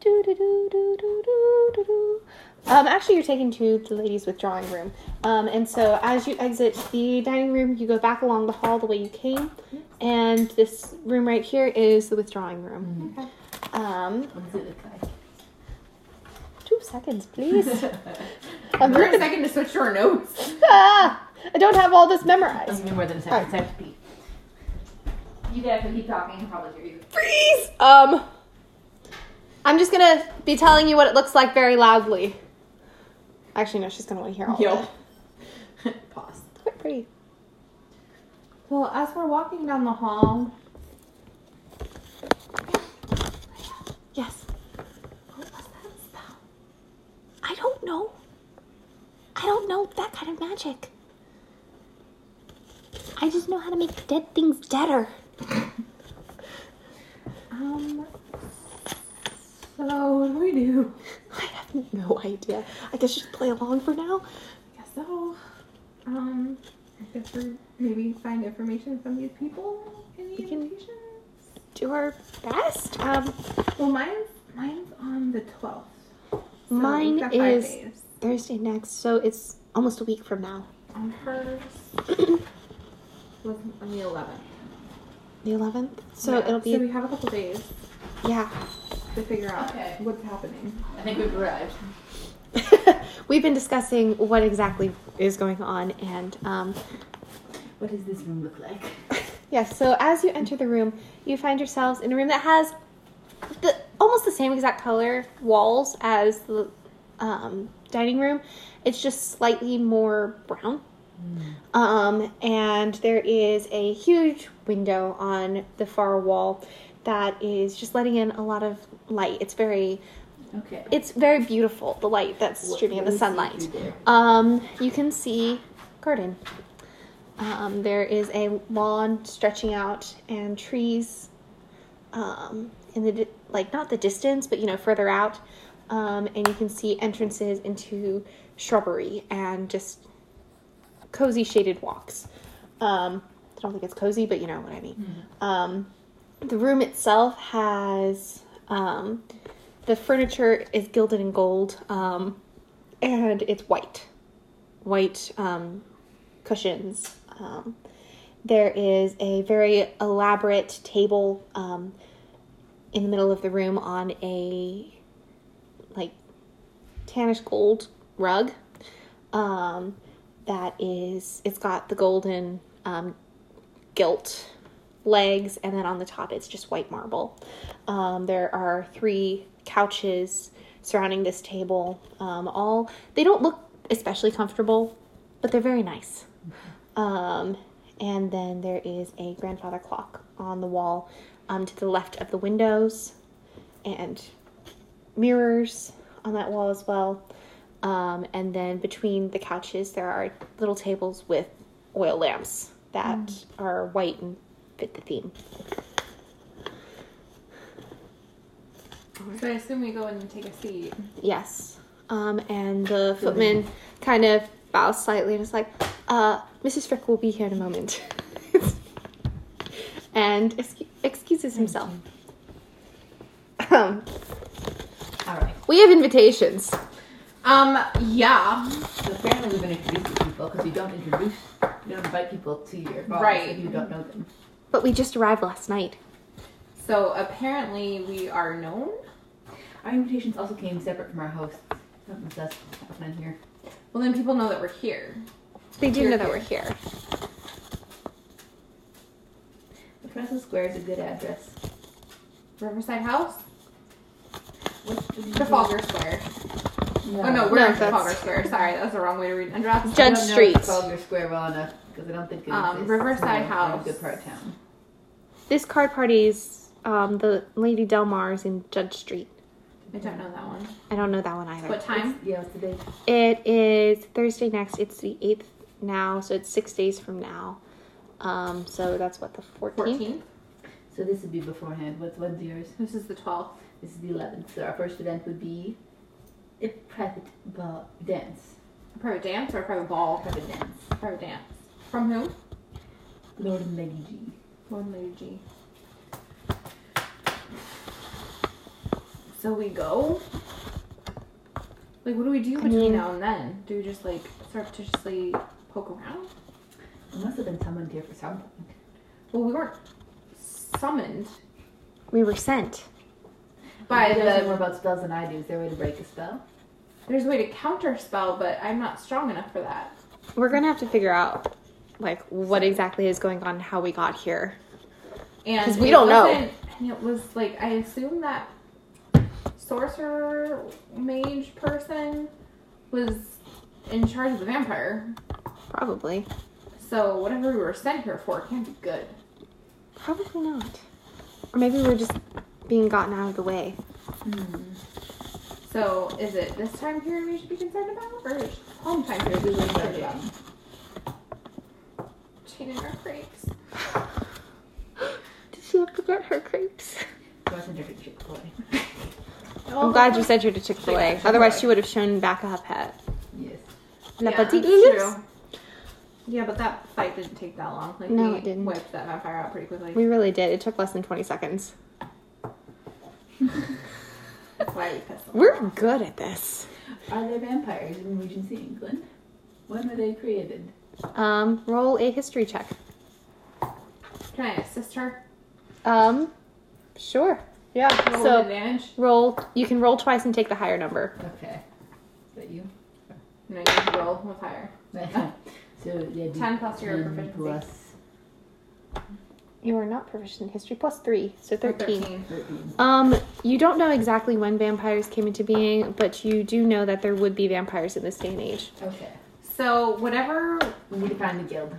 Speaker 2: do, do, do, do, do, do, do. Um, actually, you're taken to the ladies' withdrawing room. Um, and so, as you exit the dining room, you go back along the hall the way you came. And this room right here is the withdrawing room.
Speaker 1: Okay.
Speaker 2: Um,
Speaker 3: What does it look like?
Speaker 2: two
Speaker 1: [laughs]
Speaker 2: seconds, please. I'm
Speaker 1: We're a
Speaker 2: looking.
Speaker 1: second to switch to our notes.
Speaker 2: Ah, I don't have all this
Speaker 3: It's
Speaker 2: memorized.
Speaker 3: gonna be more than a second. It's have to pee.
Speaker 1: You guys can keep talking. I'll probably hear you.
Speaker 2: Freeze. Um, I'm just gonna be telling you what it looks like very loudly. Actually, no, she's gonna want to hear all. of
Speaker 1: [laughs]
Speaker 2: it.
Speaker 1: Pause.
Speaker 2: Quite pretty.
Speaker 1: Well, as we're walking down the hall,
Speaker 2: Yes.
Speaker 1: what was that spell?
Speaker 2: I don't know. I don't know that kind of magic. I just know how to make dead things deader.
Speaker 1: Um. So what do we do?
Speaker 2: I have no idea. I guess just play along for now.
Speaker 1: I guess so. Um. I guess we maybe find information from these people in the
Speaker 2: We can-
Speaker 1: invitations.
Speaker 2: Do our best. Um,
Speaker 1: Well, mine's mine's on the twelfth.
Speaker 2: Mine
Speaker 1: five
Speaker 2: is-
Speaker 1: days.
Speaker 2: Thursday next, so it's almost a week from now.
Speaker 1: on
Speaker 2: [clears throat]
Speaker 1: hers was on the eleventh.
Speaker 2: The 11th. So it'll be,
Speaker 1: So we have a couple days
Speaker 2: yeah. [laughs]
Speaker 1: to figure out
Speaker 3: Okay.
Speaker 1: what's happening.
Speaker 3: I think we've arrived.
Speaker 2: We've been discussing what exactly is going on, and um, [laughs]
Speaker 3: What does this room look like?
Speaker 2: yeah, so as you enter the room, you find yourselves in a room that has the almost the same exact color walls as the um, dining room. It's just slightly more brown.
Speaker 3: Hmm.
Speaker 2: Um, and there is a huge window on the far wall that is just letting in a lot of light. It's very
Speaker 3: Okay.
Speaker 2: it's very beautiful the light that's
Speaker 3: What
Speaker 2: streaming in
Speaker 3: do
Speaker 2: the
Speaker 3: we see
Speaker 2: sunlight.
Speaker 3: through there?
Speaker 2: Um, you can see garden. Um, there is a lawn stretching out and trees um, in the di- like not the distance, but you know further out, um, and you can see entrances into shrubbery and just cozy shaded walks. Um, I don't think it's cozy, but you know what I mean. Um, the room itself has um, the furniture is gilded in gold, um, and it's white, white um, cushions. Um, there is a very elaborate table um, in the middle of the room on a like tannish gold rug um, that is it's got the golden um, gilt legs and then on the top it's just white marble um, there are three couches surrounding this table um, all they don't look especially comfortable but they're very nice um, and then there is a grandfather clock on the wall um, to the left of the windows and mirrors on that wall as well. Um, and then between the couches, there are little tables with oil lamps that are white and fit the theme.
Speaker 1: So I assume we go in and take a seat.
Speaker 2: Yes. Um, and the footman kind of bows slightly and is like, uh, Mrs. Frick will be here in a moment. [laughs] and excu- excuses himself. Um,
Speaker 3: All right.
Speaker 2: we have invitations.
Speaker 1: Um. Yeah.
Speaker 3: So apparently we've been introducing people because you don't introduce, you don't invite people to your balls
Speaker 1: Right.
Speaker 3: if you don't know them.
Speaker 2: But we just arrived last night.
Speaker 1: So apparently we are known.
Speaker 3: Our invitations also came separate from our hosts. Something's that's happening here.
Speaker 1: Well, then people know that we're here.
Speaker 2: They do
Speaker 1: You're
Speaker 2: know that
Speaker 1: here.
Speaker 2: we're here.
Speaker 3: But Russell Square is a good address.
Speaker 1: Riverside House,
Speaker 3: What's the
Speaker 1: Trafalgar Square. Oh no, we're
Speaker 2: No,
Speaker 1: in Trafalgar
Speaker 2: that's-
Speaker 1: Square. Sorry, that's the wrong way to read. And Judge.
Speaker 2: Judge
Speaker 3: I don't know
Speaker 2: Street.
Speaker 3: Trafalgar Square well enough because I don't think it
Speaker 1: Um,
Speaker 3: exists.
Speaker 1: Riverside
Speaker 3: It's not a
Speaker 1: House.
Speaker 3: Good part of town.
Speaker 2: This card party's um, the Lady Delmar is in Judge Street.
Speaker 1: I don't know that one.
Speaker 2: I don't know that one either.
Speaker 1: What time?
Speaker 3: Yeah, what's the date?
Speaker 2: It is Thursday next. It's the eighth now, so it's six days from now. Um, so that's what the fourteenth.
Speaker 1: Fourteenth.
Speaker 3: So this would be beforehand. What's when's yours?
Speaker 1: This is the twelfth.
Speaker 3: This is the 11th. So our first event would be a private ball dance.
Speaker 1: Private dance or private ball?
Speaker 3: Private dance.
Speaker 1: Private dance. From whom?
Speaker 3: Lord and Lady G.
Speaker 1: One Lady G. So we go? Like, what do we do between
Speaker 2: mean-
Speaker 1: now and then? Do we just, like, surreptitiously poke around?
Speaker 3: I must have been summoned here for something.
Speaker 1: Well, we weren't summoned
Speaker 2: We were sent.
Speaker 1: by
Speaker 3: He knows more
Speaker 1: the.
Speaker 3: about spells than I do. Is there a way to break a spell?
Speaker 1: There's a way to counter spell, but I'm not strong enough for that.
Speaker 2: We're gonna have to figure out like what exactly is going on, and how we got here.
Speaker 1: And
Speaker 2: 'Cause we
Speaker 1: it
Speaker 2: don't know.
Speaker 1: wasn't- And it was like I assume that sorcerer mage person was in charge of the vampire.
Speaker 2: Probably.
Speaker 1: So whatever we were sent here for can't be good.
Speaker 2: Probably not. Or maybe we're just being gotten out of the way.
Speaker 1: So is it this time period we should be concerned about, or is it home time period we should be concerned about? Chaining our crepes.
Speaker 2: Did she have to get her
Speaker 1: [laughs]
Speaker 2: crepes?
Speaker 3: So I sent her to Chick-fil-A.
Speaker 2: I'm glad you sent her to Chick Fil
Speaker 1: Yeah,
Speaker 2: A.
Speaker 1: Chick-fil-A.
Speaker 2: Otherwise, she would have shown back up at
Speaker 3: Yes.
Speaker 2: La
Speaker 1: yeah,
Speaker 2: Petite
Speaker 1: that's
Speaker 2: Lips.
Speaker 1: true. Yeah, but that fight didn't take that long. Like
Speaker 2: No,
Speaker 1: we
Speaker 2: it didn't.
Speaker 1: Wiped that vampire out pretty quickly.
Speaker 2: We really did. It took less than 20 seconds.
Speaker 1: That's why we pissed off.
Speaker 2: We're good at this.
Speaker 3: Are there vampires in Regency England? When were they created?
Speaker 2: Um, roll a history check.
Speaker 1: Can I assist her?
Speaker 2: Um, sure. Yeah.
Speaker 1: Roll with
Speaker 2: So
Speaker 1: advantage.
Speaker 2: roll. You can roll twice and take the higher number.
Speaker 3: Okay. Is that you? [laughs]
Speaker 1: No, you have to roll with higher.
Speaker 3: so yeah, do
Speaker 1: 10 plus your
Speaker 3: 10
Speaker 1: proficiency.
Speaker 3: plus
Speaker 2: You are not proficient in history. Plus three, so
Speaker 1: Or
Speaker 2: 13.
Speaker 3: 13.
Speaker 2: Um, you don't know exactly when vampires came into being, but you do know that there would be vampires in this day and age.
Speaker 3: Okay.
Speaker 1: So whatever,
Speaker 3: We need to find a guild.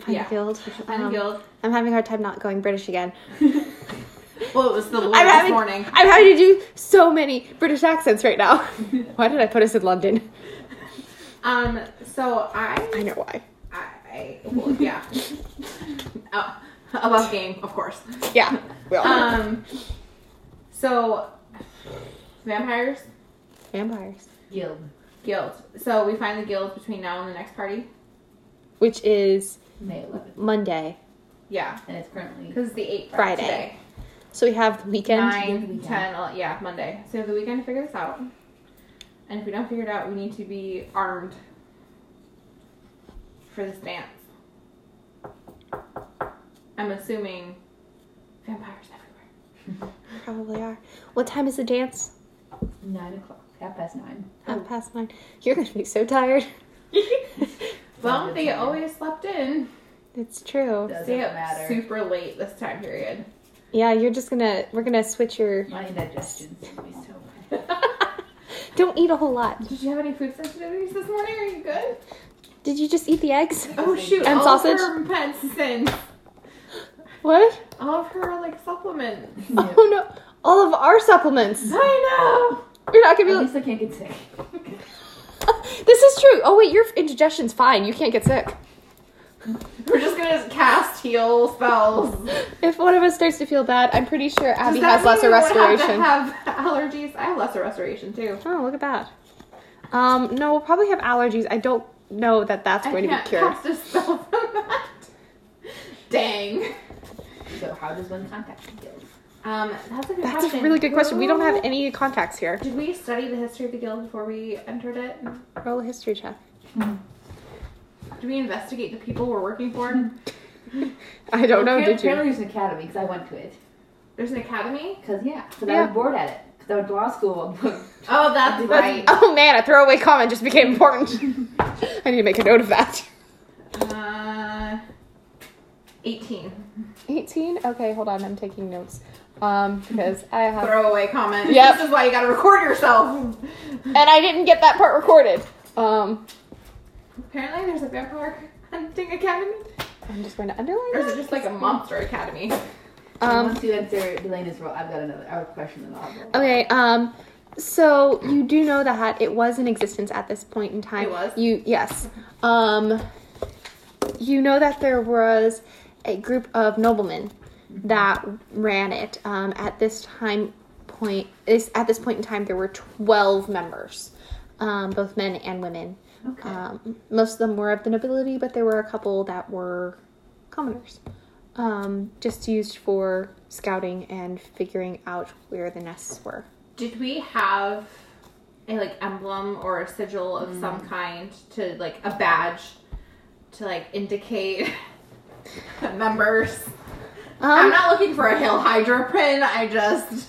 Speaker 2: Find
Speaker 1: Yeah.
Speaker 2: a guild.
Speaker 1: find a
Speaker 2: Um,
Speaker 1: guild.
Speaker 2: I'm having a hard time not going British again.
Speaker 1: Well, it was the Lord
Speaker 2: [laughs] I'm
Speaker 1: this
Speaker 2: having,
Speaker 1: morning.
Speaker 2: I'm having to do so many British accents right [laughs] now. why did I put us in London?
Speaker 1: Um, so
Speaker 2: I
Speaker 1: I,
Speaker 2: know why.
Speaker 1: I, I well, yeah,
Speaker 2: [laughs]
Speaker 1: oh, above game, of course.
Speaker 2: Yeah. We all are.
Speaker 1: Um, so vampires
Speaker 2: vampires.
Speaker 3: Guild.
Speaker 1: guild. So we find the guild between now and the next party.
Speaker 2: Which is
Speaker 3: May 11th.
Speaker 2: Monday.
Speaker 1: Yeah,
Speaker 3: And it's currently
Speaker 1: because the eight
Speaker 2: Friday.
Speaker 1: today.
Speaker 2: So we have the weekend.
Speaker 1: Nine,
Speaker 3: weekend.
Speaker 1: ten, ele- yeah, Monday. So we have the weekend to figure this out. And if we don't figure it out, we need to be armed for this dance. I'm assuming vampires everywhere.
Speaker 2: Probably are. What time is the dance?
Speaker 3: 9 o'clock. Half past 9.
Speaker 1: Oh.
Speaker 2: Half past nine. You're gonna be so
Speaker 1: [laughs]
Speaker 2: tired.
Speaker 1: Well, they
Speaker 3: Doesn't
Speaker 1: always slept in.
Speaker 2: It's true.
Speaker 3: Doesn't
Speaker 1: Stay up
Speaker 3: matter.
Speaker 1: super late this time
Speaker 3: [laughs]
Speaker 1: period.
Speaker 2: Yeah, you're just gonna. We're gonna switch your.
Speaker 3: My indigestion's gonna be so bad.
Speaker 2: Don't eat a whole lot.
Speaker 1: Did you have any food sensitivities this morning? Are you good?
Speaker 2: Did you just eat the eggs?
Speaker 1: Oh shoot!
Speaker 2: And
Speaker 1: all of
Speaker 2: sausage?
Speaker 1: her medicines,
Speaker 2: What?
Speaker 1: all of her like supplements.
Speaker 2: [laughs] Oh no! All of our supplements.
Speaker 1: I know.
Speaker 2: You're not gonna be.
Speaker 3: At
Speaker 2: like-
Speaker 3: least I can't get
Speaker 2: [laughs]
Speaker 3: sick.
Speaker 2: this is true. Oh wait, your indigestion's fine. You can't get sick.
Speaker 1: We're just gonna cast heal spells.
Speaker 2: If one of us starts to feel bad, I'm pretty sure
Speaker 1: Does
Speaker 2: Abby
Speaker 1: that
Speaker 2: has lesser
Speaker 1: mean we would
Speaker 2: restoration.
Speaker 1: Have to have allergies. I have lesser restoration too.
Speaker 2: oh, look at that. Um, no, we'll probably have allergies. I don't know that that's
Speaker 1: I
Speaker 2: going to be
Speaker 1: can't
Speaker 2: cured.
Speaker 1: cast a spell from that. Dang.
Speaker 3: So how does one contact the guild?
Speaker 1: Um, that's a good
Speaker 2: That's
Speaker 1: question.
Speaker 2: a really good question. We don't have
Speaker 1: Who-
Speaker 2: any contacts here.
Speaker 1: Did we study the history of the guild before we entered it?
Speaker 2: Roll a history check.
Speaker 1: Did we investigate the people we're working
Speaker 2: [laughs]
Speaker 1: for?
Speaker 2: I don't know.
Speaker 3: Apparently-
Speaker 2: Did you?
Speaker 3: Apparently there's an academy because I went to it.
Speaker 1: There's an academy.
Speaker 3: Because, yeah. Because I
Speaker 2: Yeah.
Speaker 3: was bored at it. Because I went to law school. [laughs]
Speaker 1: Oh, that's right.
Speaker 2: [laughs] Oh man, a throwaway comment just became important. [laughs] I need to make a note of that.
Speaker 1: Uh, eighteen.
Speaker 2: 18? Okay, hold on. I'm taking notes. Um, because I have.
Speaker 1: Throwaway comment.
Speaker 2: Yep.
Speaker 1: This is why you gotta record yourself.
Speaker 2: And I didn't get that part recorded. Um,
Speaker 1: Apparently, there's a vampire hunting academy.
Speaker 2: I'm just going to underline
Speaker 1: Or is
Speaker 2: that.
Speaker 1: it just like a monster academy?
Speaker 3: Um,
Speaker 2: Um,
Speaker 3: Once you answer Delena's role, I've got another. I have a question that I'll have.
Speaker 2: okay, um, so you do know that it was in existence at this point in time.
Speaker 1: It was?
Speaker 2: You, yes. Um, you know that there was
Speaker 1: Mm-hmm.
Speaker 2: a group of noblemen that ran it. Um, at this time point is at this point in time there were 12 members um, both men and women
Speaker 3: Okay.
Speaker 2: um, most of them were of the nobility but there were a couple that were commoners um, just used for scouting and figuring out where the nests were
Speaker 1: Did we have a like emblem or a sigil of some kind to like a badge to like indicate [laughs] members? I'm
Speaker 2: um,
Speaker 1: not looking for a hill hydra pin. I just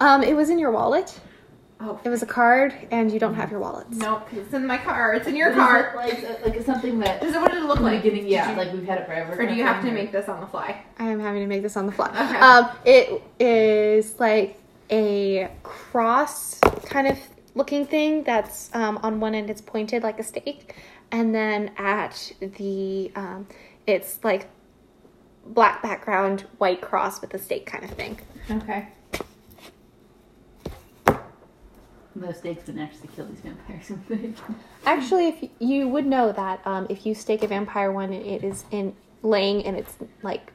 Speaker 2: um, it was in your wallet
Speaker 1: [laughs] oh
Speaker 2: it was a card and you don't have your wallets
Speaker 1: nope, it's in my car. It's in your
Speaker 3: Is it
Speaker 1: car.
Speaker 3: like, is it like something that
Speaker 1: Is it what did it look like?
Speaker 3: beginning? Yeah,
Speaker 1: Did you-
Speaker 3: like we've had it forever.
Speaker 1: or do you have to make this on the [laughs] fly?
Speaker 2: I am having to make this on the fly.
Speaker 1: Okay.
Speaker 2: Um, it is like a cross kind of looking thing that's um, on one end it's pointed like a stake, and then at the um, it's like black background, white cross with a stake kind of thing.
Speaker 1: Okay.
Speaker 3: Most snakes wouldn't actually kill these vampires. [laughs] wouldn't they?
Speaker 2: Actually, if you, you would know that um, if you stake a vampire one, it is in laying in its like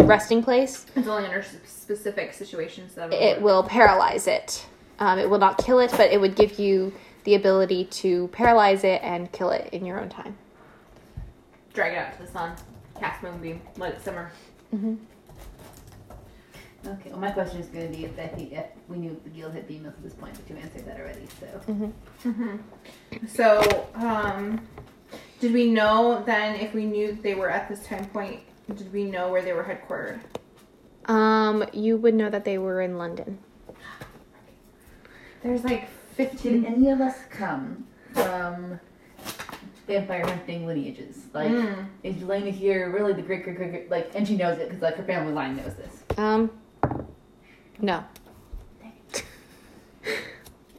Speaker 2: resting place.
Speaker 1: It's only under s- specific situations that
Speaker 2: it will paralyze it. Um, it will not kill it, but it would give you the ability to paralyze it and kill it in your own time.
Speaker 1: drag it out to the sun, cast moonbeam, let it simmer.
Speaker 3: Mm-hmm. okay. Well, my question is going to be if I think if we knew the guild had females at this point, but you answered that already. So
Speaker 1: Mm. Mm-hmm. So, um, did we know then if we knew they were at this time point? Did we know where they were headquartered?
Speaker 2: Um, you would know that they were in London.
Speaker 1: There's like
Speaker 3: did
Speaker 1: fifteen.
Speaker 3: any of us come from vampire hunting lineages? Like,
Speaker 1: Mm.
Speaker 3: is Elena here really the great, great, great, great like? And she knows it because like her family line knows this.
Speaker 2: Um, no.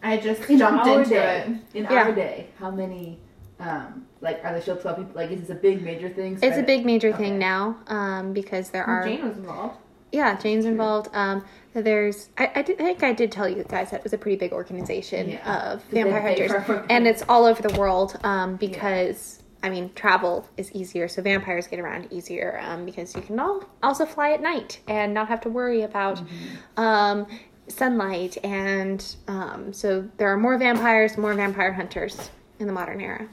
Speaker 1: I just
Speaker 3: In
Speaker 1: jumped
Speaker 3: our
Speaker 1: into
Speaker 3: day,
Speaker 1: it.
Speaker 3: In
Speaker 2: Yeah.
Speaker 3: our day, how many? Um, like, are the shield twelve people? Like, is this a big major thing?
Speaker 2: It's a
Speaker 3: Spread
Speaker 2: big major
Speaker 3: Okay.
Speaker 2: thing now um, because there are.
Speaker 1: Jane was involved.
Speaker 2: Yeah, Jane's involved. Um, there's. I, I, did, I think I did tell you guys that it was a pretty big organization
Speaker 3: Yeah.
Speaker 2: of
Speaker 3: Did they
Speaker 2: vampire
Speaker 3: pay
Speaker 2: hunters.
Speaker 3: for-
Speaker 2: and it's all over the world um, because I mean travel is easier, so vampires get around easier um, because you can all also fly at night and not have to worry about
Speaker 3: Mm-hmm.
Speaker 2: um, sunlight. And um, so there are more vampires, more vampire hunters in the modern era.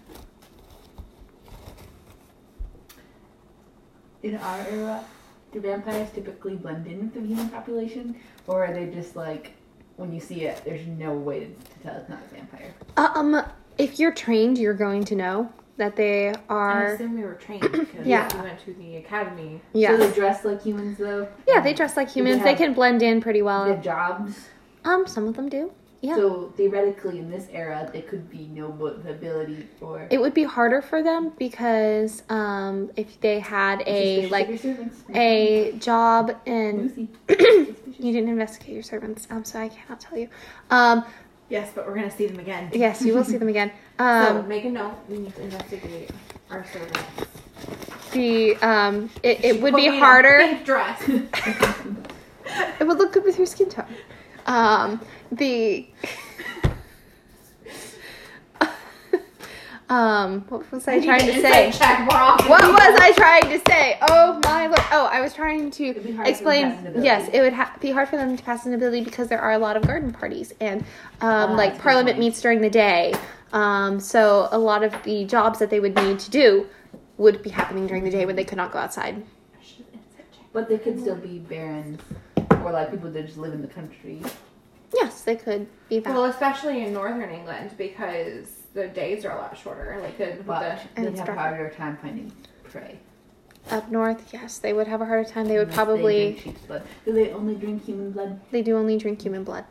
Speaker 3: In our era, do vampires typically blend in with the human population, or are they just like when you see it, there's no way to, to tell it's not a vampire?
Speaker 2: Um, if you're trained, you're going to know that they
Speaker 1: I
Speaker 2: are.
Speaker 1: assume we were trained
Speaker 2: [clears throat]
Speaker 1: because
Speaker 2: Yeah.
Speaker 1: we went to the academy.
Speaker 2: Yeah.
Speaker 3: So they dress like humans though.
Speaker 2: Yeah, they dress like humans.
Speaker 3: have-
Speaker 2: they can blend in pretty
Speaker 3: They have
Speaker 2: well.
Speaker 3: jobs.
Speaker 2: Um, some of them do. Yeah.
Speaker 3: So theoretically, in this era, there could be no bu- ability or
Speaker 2: it would be harder for them because um, if they had a
Speaker 3: Suspicious of
Speaker 2: like
Speaker 3: your servants.
Speaker 2: a job and [clears throat]
Speaker 3: Lucy.
Speaker 2: you didn't investigate your servants, um, so I cannot tell you. Um,
Speaker 1: Yes, but we're gonna see them again.
Speaker 2: yes, you will see them again.
Speaker 1: So
Speaker 2: Um,
Speaker 1: make a note. We need to investigate our servants.
Speaker 2: the um, it,
Speaker 1: She
Speaker 2: it would
Speaker 1: put
Speaker 2: be
Speaker 1: me in a [laughs]
Speaker 2: harder.
Speaker 1: pink
Speaker 2: [laughs]
Speaker 1: dress.
Speaker 2: It would look good with your skin tone. Um, the [laughs] um, what was I trying to say?
Speaker 1: Insight Check. We're off.
Speaker 2: What was I trying to say? Oh my lord! Oh, I was trying
Speaker 3: It'd be
Speaker 2: to
Speaker 3: hard for them to
Speaker 2: explain.
Speaker 3: pass an ability.
Speaker 2: yes, it would ha- be hard for them to pass an ability because there are a lot of garden parties and um,
Speaker 3: Ah, that's a
Speaker 2: like
Speaker 3: good
Speaker 2: Parliament
Speaker 3: point.
Speaker 2: meets during the day. Um, so a lot of the jobs that they would need to do would be happening during the day when they could not go outside.
Speaker 1: I should have insight checked.
Speaker 3: But they could still be barons or like people that just live in the country.
Speaker 2: Yes, they could be that.
Speaker 1: Well, especially in northern England because the days are a lot shorter. Like the,
Speaker 3: But
Speaker 1: the
Speaker 2: And
Speaker 3: they'd
Speaker 2: it's
Speaker 3: have a
Speaker 2: dark.
Speaker 3: harder time finding prey.
Speaker 2: Up north, yes, they would have a harder time. They would
Speaker 3: Unless
Speaker 2: probably
Speaker 3: drink sheep's blood. Do they only drink human blood?
Speaker 2: they do only drink human blood.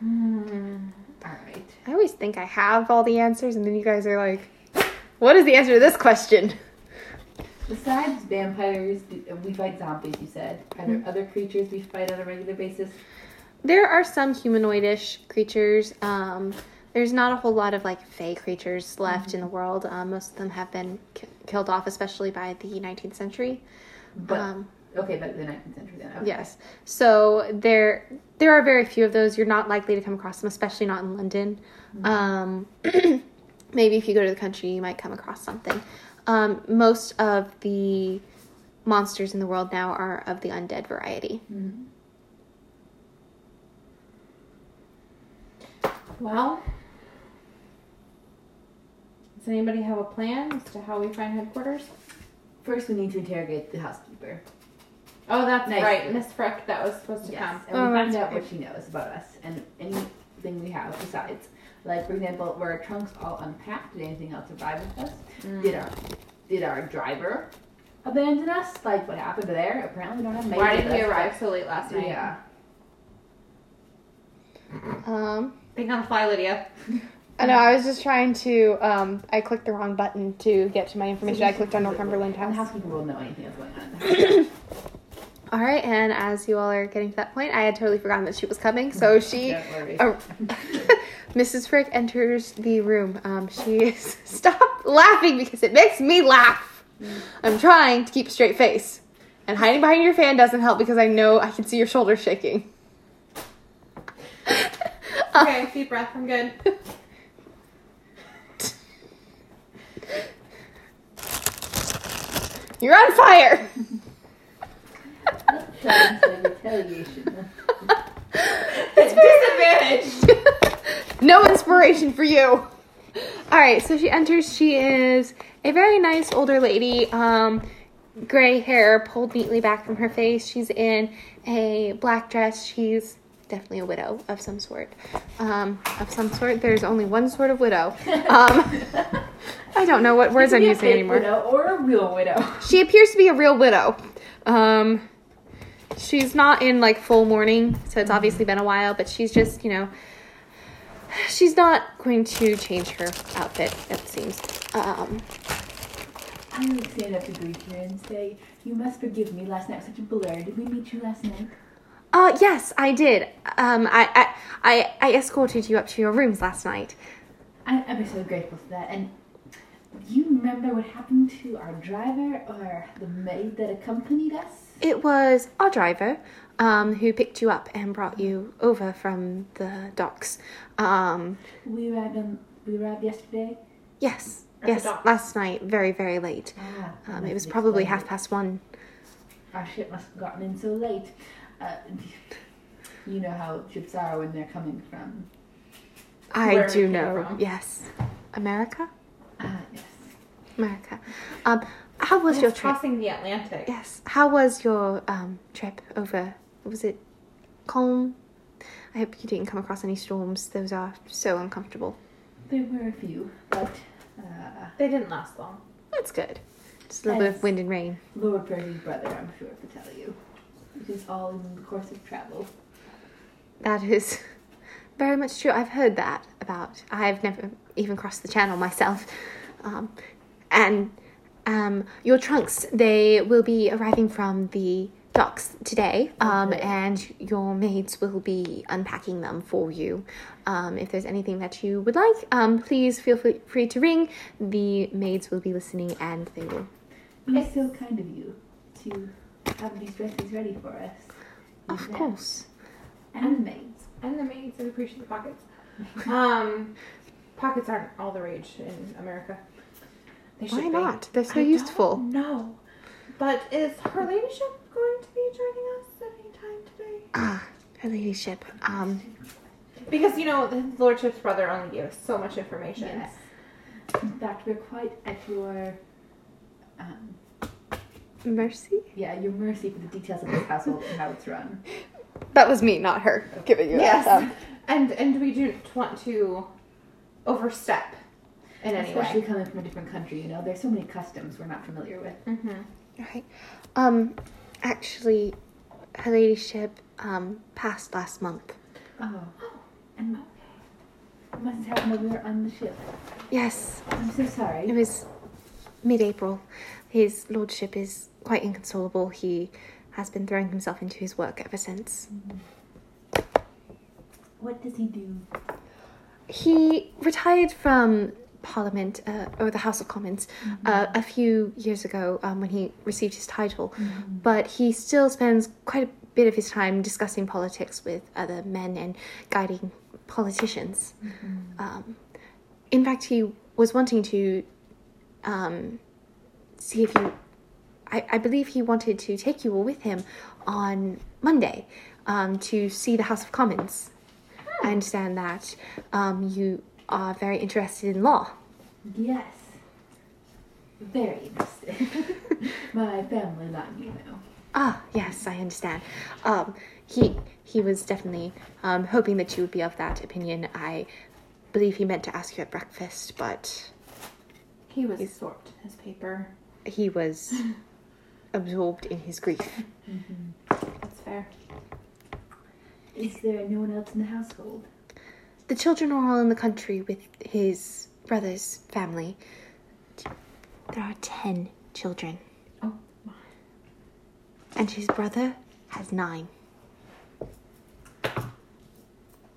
Speaker 1: Hmm.
Speaker 3: All right.
Speaker 2: I always think I have all the answers, and then you guys are like, "What is the answer to this question?"
Speaker 3: Besides vampires, do- uh, we fight zombies. You said. Are there
Speaker 2: Mm-hmm.
Speaker 3: other creatures we fight on a regular basis?
Speaker 2: There are some humanoidish creatures. Um, there's not a whole lot of like fey creatures left
Speaker 3: Mm-hmm.
Speaker 2: in the world. Um, most of them have been k- killed off, especially by the 19th century.
Speaker 3: But
Speaker 2: Um,
Speaker 3: okay, but the 19th century then. Okay.
Speaker 2: Yes, so there there are very few of those. You're not likely to come across them, especially not in London.
Speaker 3: Mm-hmm.
Speaker 2: Um, [clears throat] maybe if you go to the country, you might come across something. Um, most of the monsters in the world now are of the undead variety.
Speaker 3: Mm-hmm.
Speaker 1: Well, does anybody have a plan as to how we find headquarters?
Speaker 3: First, we need to interrogate the housekeeper.
Speaker 1: Oh, that's
Speaker 3: Nice.
Speaker 1: right, Miss Frick. That was supposed to
Speaker 3: Yes, and
Speaker 1: come.
Speaker 3: we
Speaker 2: Oh,
Speaker 3: find
Speaker 2: that's
Speaker 3: out what she knows about us and anything we have besides. Like for example, were our trunks all unpacked? Did anything else arrive with us?
Speaker 1: Hmm.
Speaker 3: Did our did our driver abandon us? Like what happened there? Apparently, we don't have.
Speaker 1: Why
Speaker 3: maids
Speaker 1: did
Speaker 3: with
Speaker 1: he
Speaker 3: us,
Speaker 1: arrive so late last
Speaker 3: but-
Speaker 1: night?
Speaker 3: Yeah.
Speaker 2: Um,
Speaker 1: Think on the fly, [laughs] Lydia.
Speaker 2: I know. I was just trying to. Um, I clicked the wrong button to get to my information. I clicked on Northumberland
Speaker 3: The
Speaker 2: House.
Speaker 3: housekeeper will know anything that's going on.
Speaker 2: [laughs] All right, and as you all are getting to that point, I had totally forgotten that she was coming. So she,
Speaker 3: Don't worry.
Speaker 2: Oh. [laughs] Mrs. Frick enters the room. Um, she is [laughs] stop laughing because it makes me laugh. I'm trying to keep a straight face, and hiding behind your fan doesn't help because I know I can see your shoulders shaking. [laughs]
Speaker 1: Okay, deep breath. I'm good.
Speaker 2: [laughs] You're on fire.
Speaker 3: Sounds like
Speaker 2: [laughs]
Speaker 3: retaliation. [laughs]
Speaker 1: Disadvantage.
Speaker 2: [laughs] no inspiration for you. All right, so she enters. She is a very nice older lady. Um, gray hair pulled neatly back from her face. She's in a black dress. She's definitely a widow of some sort. Um, of some sort. There's only one sort of widow.
Speaker 3: [laughs]
Speaker 2: Um, I don't know what words I'm
Speaker 3: Be a
Speaker 2: using
Speaker 3: fake
Speaker 2: anymore
Speaker 3: widow or a real widow. [laughs]
Speaker 2: she appears to be a real widow. Um, she's not in like full mourning, so it's obviously been a while, but she's just, you know, she's not going to change her outfit, it seems. Um,
Speaker 3: I would stand up to greet her and say, "You must forgive me. Last night was such a blur. Did we meet you last night?"
Speaker 2: uh, yes, I did. Um, I, I, I, I escorted you up to your rooms last night.
Speaker 3: I, I'm so grateful for that. And do you remember what happened to our driver or the maid that accompanied us?
Speaker 2: It was our driver um, who picked you up and brought you over from the docks. Um,
Speaker 3: We arrived on. We arrived yesterday.
Speaker 2: yes,
Speaker 1: At the
Speaker 2: yes,
Speaker 1: docks.
Speaker 2: last night, very, very late.
Speaker 3: Ah,
Speaker 2: Um, it was probably half
Speaker 3: past.
Speaker 2: past one.
Speaker 3: Our ship must have gotten in so late. Uh, [laughs] you know how ships are when they're coming from.
Speaker 2: I
Speaker 1: Where
Speaker 2: do
Speaker 1: it came
Speaker 2: know.
Speaker 1: from.
Speaker 2: Yes, America,
Speaker 3: Ah, yes.
Speaker 2: America. Um, how was your
Speaker 1: It's
Speaker 2: trip?
Speaker 1: crossing the Atlantic.
Speaker 2: Yes, how was your um trip over? Was it calm? I hope you didn't come across any storms. Those are so uncomfortable.
Speaker 3: There were a few, but uh,
Speaker 1: They didn't last long.
Speaker 2: That's good. Just a little bit
Speaker 3: Yes.
Speaker 2: of wind and rain.
Speaker 3: Lord Percy's brother, I'm sure, could tell you. It is all in the course of travel.
Speaker 2: That is [laughs] very much true. I've heard that about. I've never even crossed the channel myself. Um, and um, your trunks, they will be arriving from the docks today, um,
Speaker 3: Okay.
Speaker 2: and your maids will be unpacking them for you. Um, if there's anything that you would like, um, please feel free, free to ring. The maids will be listening and they will.
Speaker 3: It's so kind of you to have these dresses ready for us.
Speaker 2: Of
Speaker 3: Yeah.
Speaker 2: course.
Speaker 3: And maids.
Speaker 1: And the maids would appreciate the pockets. Um, [laughs] pockets aren't all the rage in America. They should
Speaker 2: Why
Speaker 1: be.
Speaker 2: not? They're so
Speaker 1: I
Speaker 2: useful.
Speaker 1: Don't know. But is her ladyship going to be joining us at any time today?
Speaker 2: Ah, her ladyship. Um,
Speaker 1: Because you know, his lordship's brother only gave us so much information.
Speaker 3: Yes. In fact, we're quite at your, um,
Speaker 2: Mercy?
Speaker 3: yeah, your mercy for the details of this household and how it's run.
Speaker 2: That was me, not her, giving you
Speaker 1: Yes.
Speaker 2: that.
Speaker 1: And and we don't want to overstep in any
Speaker 3: Especially
Speaker 1: way.
Speaker 3: coming from a different country, you know, there's so many customs we're not familiar with.
Speaker 1: Mm-hmm.
Speaker 2: Right. Um, actually, her ladyship um passed last month.
Speaker 3: Oh. [gasps] And my, it must have happened when we were on the ship.
Speaker 2: Yes,
Speaker 3: I'm so
Speaker 2: it
Speaker 3: sorry.
Speaker 2: was mid-April. His lordship is quite inconsolable. He has been throwing himself into his work ever since.
Speaker 3: Mm-hmm. What does he do?
Speaker 2: He retired from Parliament uh, or the House of Commons uh, a few years ago um, when he received his title,
Speaker 3: Mm-hmm.
Speaker 2: but he still spends quite a bit of his time discussing politics with other men and guiding politicians. Um, in fact, he was wanting to um, see if you I, I believe he wanted to take you all with him on Monday um, to see the House of Commons. I understand that um, you are very interested in law.
Speaker 3: Yes. Very interested. [laughs] My family, not you know.
Speaker 2: Ah, yes, I understand. Um, he he was definitely um, hoping that you would be of that opinion. I believe he meant to ask you at breakfast, but
Speaker 1: He was absorbed in his paper.
Speaker 2: he
Speaker 1: [laughs]
Speaker 2: was absorbed in his grief.
Speaker 1: Mm-hmm. That's fair.
Speaker 3: Is there no one else in the household?
Speaker 2: The children are all in the country with his brother's family. There are ten children,
Speaker 1: Oh, my.
Speaker 2: and his brother has nine.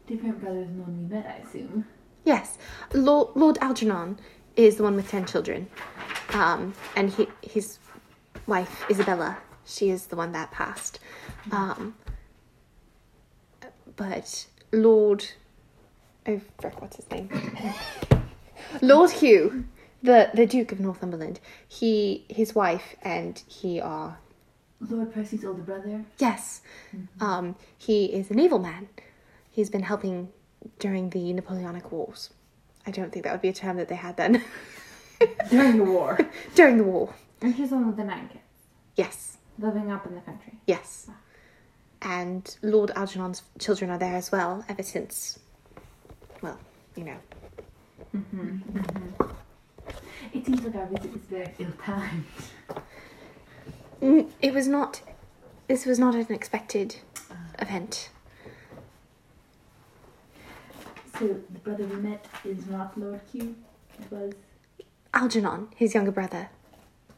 Speaker 3: Different brothers than the one we met, I assume.
Speaker 2: Yes, Lord, Lord Algernon is the one with ten children, um, and he, his wife Isabella. She is the one that passed. Um, but Lord, I forgot what's his name. [laughs] Lord Hugh, the the Duke of Northumberland. He, his wife, and he are
Speaker 3: Lord Percy's older brother.
Speaker 2: Yes. Um, he is a naval man. He's been helping during the Napoleonic Wars. I don't think that would be a term that they had then. [laughs]
Speaker 1: During the
Speaker 3: [laughs]
Speaker 1: war.
Speaker 2: during the war.
Speaker 1: And he's the one with the nine kids,
Speaker 2: Yes.
Speaker 1: living up in the country.
Speaker 2: Yes. And Lord Algernon's children are there as well ever since, well, you know. Mm-hmm.
Speaker 3: It seems like our visit is very ill timed.
Speaker 2: N- Mm, It was not, this was not an expected event.
Speaker 3: So the brother we met is not Lord Q. It was
Speaker 2: Algernon, his younger brother.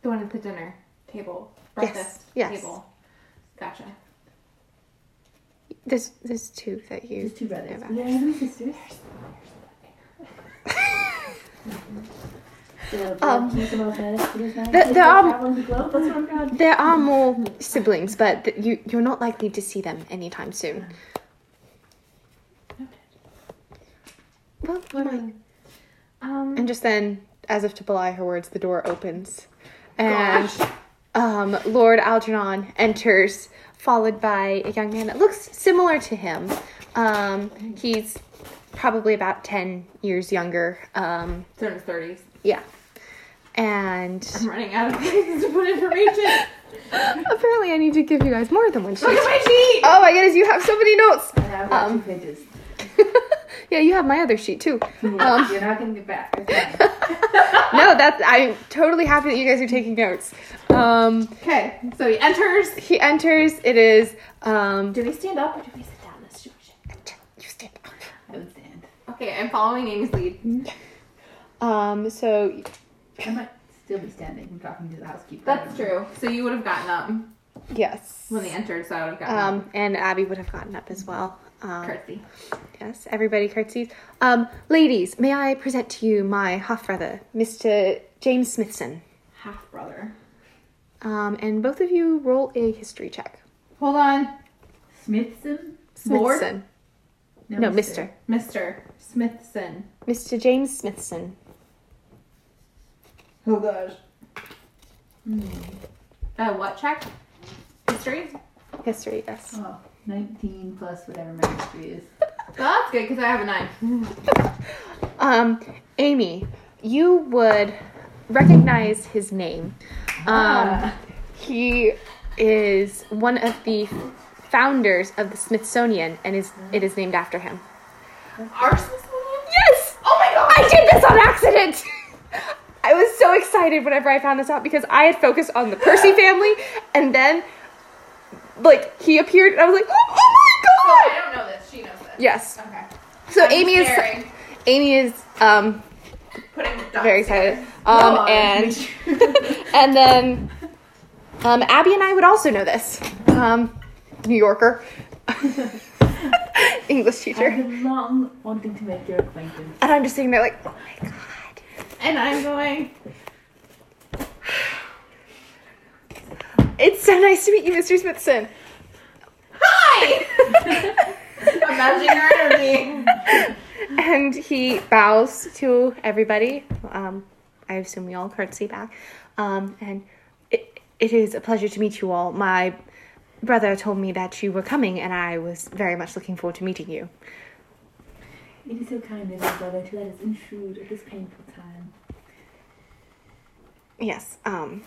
Speaker 1: The one at the dinner table.
Speaker 2: Yes,
Speaker 1: Breakfast
Speaker 2: yes.
Speaker 1: table. Gotcha.
Speaker 2: There's, there's two that you.
Speaker 3: [laughs] his two brothers.
Speaker 2: know
Speaker 3: Were
Speaker 2: about.
Speaker 3: there any sisters? So
Speaker 2: Um,
Speaker 3: Lord Q's the most famous- the most famous
Speaker 2: there
Speaker 3: people
Speaker 2: are-
Speaker 3: traveling the globe. That's what I'm proud of.
Speaker 2: There are more siblings, but th- you you're not likely to see them anytime soon. Well, my-
Speaker 1: Literally. Um,
Speaker 2: and just then, as if to belie her words, the door opens, and um, Lord Algernon enters, followed by a young man that looks similar to him. Um, he's probably about ten years younger. Um,
Speaker 1: they're in his [laughs] 30s.
Speaker 2: yeah, and
Speaker 1: I'm running out of things to put information.
Speaker 2: [gasps] apparently, I need to give you guys more than [laughs]
Speaker 1: [laughs]
Speaker 2: one
Speaker 1: Look
Speaker 2: sheet.
Speaker 1: at my sheet!
Speaker 2: Oh my goodness, you have so many notes. [laughs]
Speaker 3: And I've got
Speaker 2: Um,
Speaker 3: two pages.
Speaker 2: yeah, you have my other sheet too. Um,
Speaker 3: You're not gonna get back. It's fine.
Speaker 2: no, that's I'm totally happy that you guys are taking notes. Um,
Speaker 1: Okay, so he enters.
Speaker 2: he enters. It is um,
Speaker 1: Do we stand up or do we sit down in this situation?
Speaker 2: you stand up.
Speaker 3: I would stand.
Speaker 1: Okay, I'm following Amy's lead.
Speaker 2: Um, so
Speaker 3: I might still be standing from talking to the housekeeper.
Speaker 1: That's true. So you would have gotten up
Speaker 2: yes,
Speaker 1: when they entered, so I would have gotten up.
Speaker 2: um, and Abby would have gotten up as well. Um,
Speaker 1: Curtsy.
Speaker 2: yes, everybody curtsies. Um, ladies, may I present to you my half brother, Mr. James Smithson,
Speaker 1: Half brother.
Speaker 2: um, and both of you roll a history check.
Speaker 1: Hold on.
Speaker 3: Smithson?
Speaker 1: Lord?
Speaker 2: Smithson, no, Mister,
Speaker 1: Mr. Smithson.
Speaker 2: Mr. James Smithson.
Speaker 1: Oh gosh.
Speaker 3: Hmm.
Speaker 1: Uh, what check? History?
Speaker 2: History, yes.
Speaker 3: Oh, 19 plus whatever my history is.
Speaker 1: Well, that's good because I have a nine.
Speaker 2: Um, Amy, you would recognize his name. Um,
Speaker 3: Ah.
Speaker 2: he is one of the founders of the Smithsonian, and is it is named after him.
Speaker 1: Our Smithsonian?
Speaker 2: Yes!
Speaker 1: Oh my god!
Speaker 2: I did this on accident. [laughs] I was so excited whenever I found this out because I had focused on the Percy family, and then like he appeared, and I was like, oh, oh my
Speaker 1: Oh,
Speaker 2: god!
Speaker 1: I don't know this. She knows this.
Speaker 2: Yes.
Speaker 1: Okay.
Speaker 2: So
Speaker 1: I'm
Speaker 2: Amy is
Speaker 1: staring,
Speaker 2: Amy is um
Speaker 1: putting dots
Speaker 2: very excited. Um,
Speaker 1: on. [laughs]
Speaker 2: and [laughs] and then um, Abby and I would also know this. Um, New Yorker, [laughs] English
Speaker 1: Um,
Speaker 3: I've
Speaker 2: teacher,
Speaker 3: been long wanting to make your acquaintance.
Speaker 2: and I'm just sitting there like, oh my god,
Speaker 1: [laughs] And I'm going.
Speaker 2: it's so nice to meet you, Mr. Smithson. [laughs]
Speaker 1: Hi! Imagine your energy.
Speaker 2: And he bows to everybody. Um, I assume we all curtsy back. Um, and i- It is a pleasure to meet you all. My brother told me that you were coming, and I was very much looking forward to meeting you.
Speaker 3: It is so kind of your brother to let us intrude at this painful time.
Speaker 2: Yes. Um,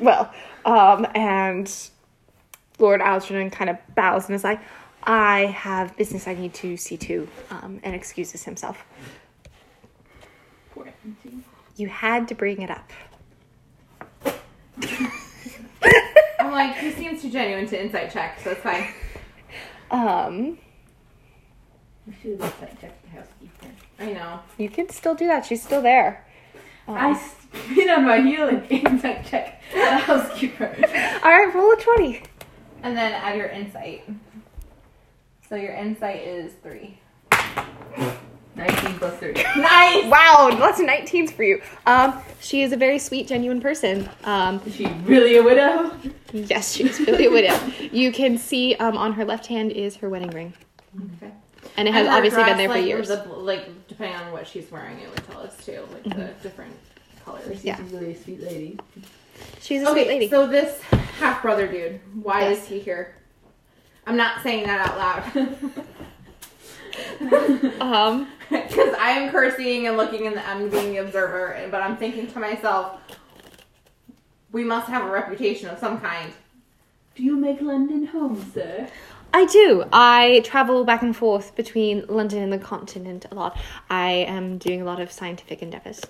Speaker 2: well, um, and Lord Algernon kind of bows and is like, I have business I need to see to, um, and excuses himself.
Speaker 3: Poor empty.
Speaker 2: You had to bring it up.
Speaker 1: I'm like, he seems too genuine to insight check, so it's fine.
Speaker 2: Um,
Speaker 3: We should have like, checked the housekeeper.
Speaker 1: I know. [laughs]
Speaker 2: you can still do that. She's still there. Um,
Speaker 3: I spit on my heel and insight check the [laughs] housekeeper.
Speaker 2: All right, roll a twenty.
Speaker 1: And then add your insight. So your insight is three.
Speaker 3: 19 plus 30.
Speaker 1: Nice!
Speaker 2: Wow, lots of 19s for you. Um, she is a very sweet, genuine person. Um,
Speaker 3: Is she really a widow?
Speaker 2: yes, she is really a widow. You can see um, on her left hand is her wedding ring,
Speaker 3: Okay.
Speaker 2: and it has
Speaker 1: And her
Speaker 2: obviously
Speaker 1: dress,
Speaker 2: been there for
Speaker 1: like,
Speaker 2: years.
Speaker 1: the bl- like, depending on what she's wearing, it would tell us too, like the
Speaker 2: Mm-hmm.
Speaker 1: different colors.
Speaker 2: Yeah.
Speaker 3: She's really a sweet lady.
Speaker 2: She's a
Speaker 1: Okay,
Speaker 2: sweet lady.
Speaker 1: so this half brother dude, why
Speaker 2: Yes.
Speaker 1: is he here? I'm not saying that out loud.
Speaker 2: [laughs] um,
Speaker 1: Because I am cursing and looking and I'm being the observer, and- but I'm thinking to myself, we must have a reputation of some kind.
Speaker 3: Do you make London home, sir?
Speaker 2: I do. I travel back and forth between London and the continent a lot. I am doing a lot of scientific endeavors.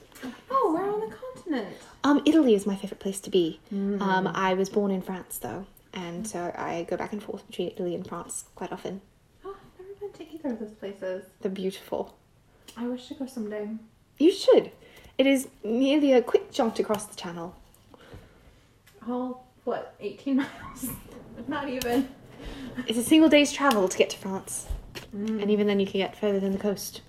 Speaker 1: Oh, we're on the continent. [gasps]
Speaker 2: Um, Italy is my favorite place to be.
Speaker 1: Mm-hmm.
Speaker 2: Um, I was born in France though, and so I go back and forth between Italy and France quite often.
Speaker 1: Oh, I've never been to either of those places.
Speaker 2: They're beautiful.
Speaker 1: I wish to go someday.
Speaker 2: You should. It is merely a quick jaunt across the channel.
Speaker 1: All, what, 18 [laughs] miles? not even.
Speaker 2: It's a single day's travel to get to France. And even then, you can get further than the coast.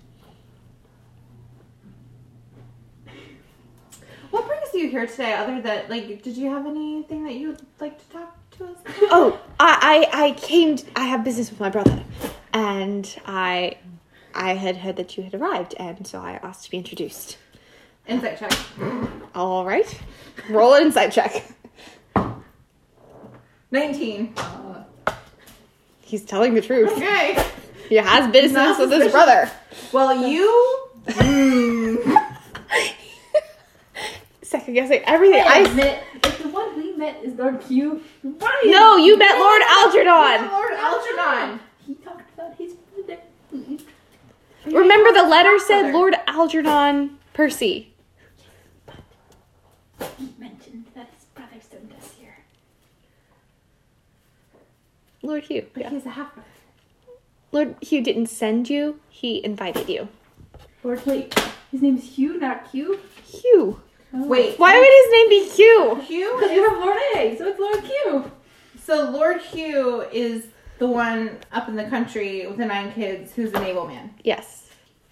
Speaker 1: What brings you here today, other than, like, did you have anything that you would like to talk to us about?
Speaker 2: Oh, I, I, I came. t I I have business with my brother, and I, I had heard that you had arrived, and so I asked to be introduced.
Speaker 1: Insight check. [gasps]
Speaker 2: All right, roll an insight check.
Speaker 1: 19.
Speaker 3: Uh,
Speaker 2: He's telling the truth.
Speaker 1: Okay.
Speaker 2: He has business
Speaker 1: Not
Speaker 2: with
Speaker 1: suspicious.
Speaker 2: his [laughs] brother.
Speaker 1: Well, you.
Speaker 2: Second guessing everything.
Speaker 3: I
Speaker 2: I
Speaker 3: admit, if the one we met is Lord Q, why?
Speaker 2: no, you met Lord Algernon.
Speaker 1: Lord Algernon.
Speaker 3: He talked about his brother.
Speaker 2: Remember, the letter said
Speaker 1: Brother.
Speaker 2: Lord Algernon Percy.
Speaker 3: He mentioned that his brother sent us here.
Speaker 2: Lord Hugh.
Speaker 1: But he's a half brother.
Speaker 2: Lord Hugh didn't send you, he invited you.
Speaker 1: Lord Lee.
Speaker 3: His name's Hugh, not Q.
Speaker 2: Hugh.
Speaker 1: Wait.
Speaker 2: Why would his name be Hugh?
Speaker 1: Hugh
Speaker 3: Oh. Because we have Lord A, so it's Lord Q.
Speaker 1: So Lord Hugh is the one up in the country with the nine kids who's an able man.
Speaker 2: Yes.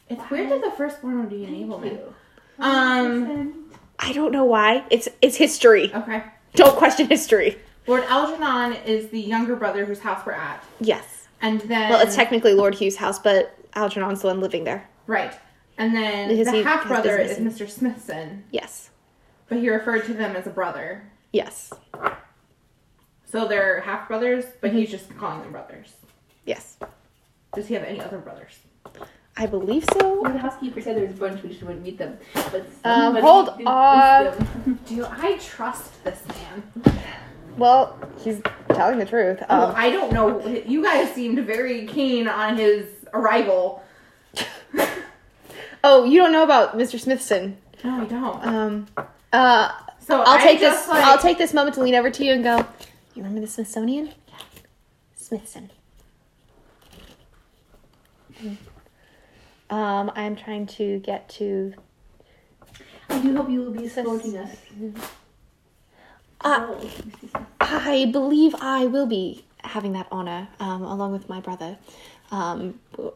Speaker 1: It's weird that the firstborn would be an able man. Um.
Speaker 3: Um,
Speaker 2: I don't know why. It's it's history.
Speaker 1: Okay.
Speaker 2: Don't question history.
Speaker 1: Lord Algernon is the younger brother whose house we're at,
Speaker 2: Yes.
Speaker 1: and then
Speaker 2: Well, it's technically Lord Hugh's house, but Algernon's the one living there.
Speaker 1: right, and then
Speaker 2: Because he
Speaker 1: the
Speaker 2: has
Speaker 1: half brother is
Speaker 2: business
Speaker 1: Mr. Smithson,
Speaker 2: Yes.
Speaker 1: but he referred to them as a brother.
Speaker 2: Yes.
Speaker 1: So they're half brothers, but he's just calling them brothers.
Speaker 2: Yes.
Speaker 1: Does he have any other brothers?
Speaker 2: I believe so.
Speaker 3: well, the housekeeper said there was a bunch we should wouldn't meet them. But
Speaker 2: Um,
Speaker 3: somebody
Speaker 2: hold
Speaker 3: did miss
Speaker 2: on.
Speaker 3: them.
Speaker 1: Do I trust this man?
Speaker 2: Well, he's telling the truth. Um,
Speaker 1: Well, I don't know. You guys seemed very keen on his arrival.
Speaker 2: oh, you don't know about Mr. Smithson.
Speaker 1: No, I don't.
Speaker 2: Um uh
Speaker 1: So
Speaker 2: I'll
Speaker 1: I
Speaker 2: take
Speaker 1: just,
Speaker 2: this
Speaker 1: like-
Speaker 2: I'll take this moment to lean over to you and go, You remember the Smithsonian? Smithson. Um, I'm trying to get to
Speaker 3: I do hope you will be escorting us.
Speaker 2: Uh,
Speaker 3: Oh,
Speaker 2: I believe I will be having that honor, um, along with my brother. Um, w-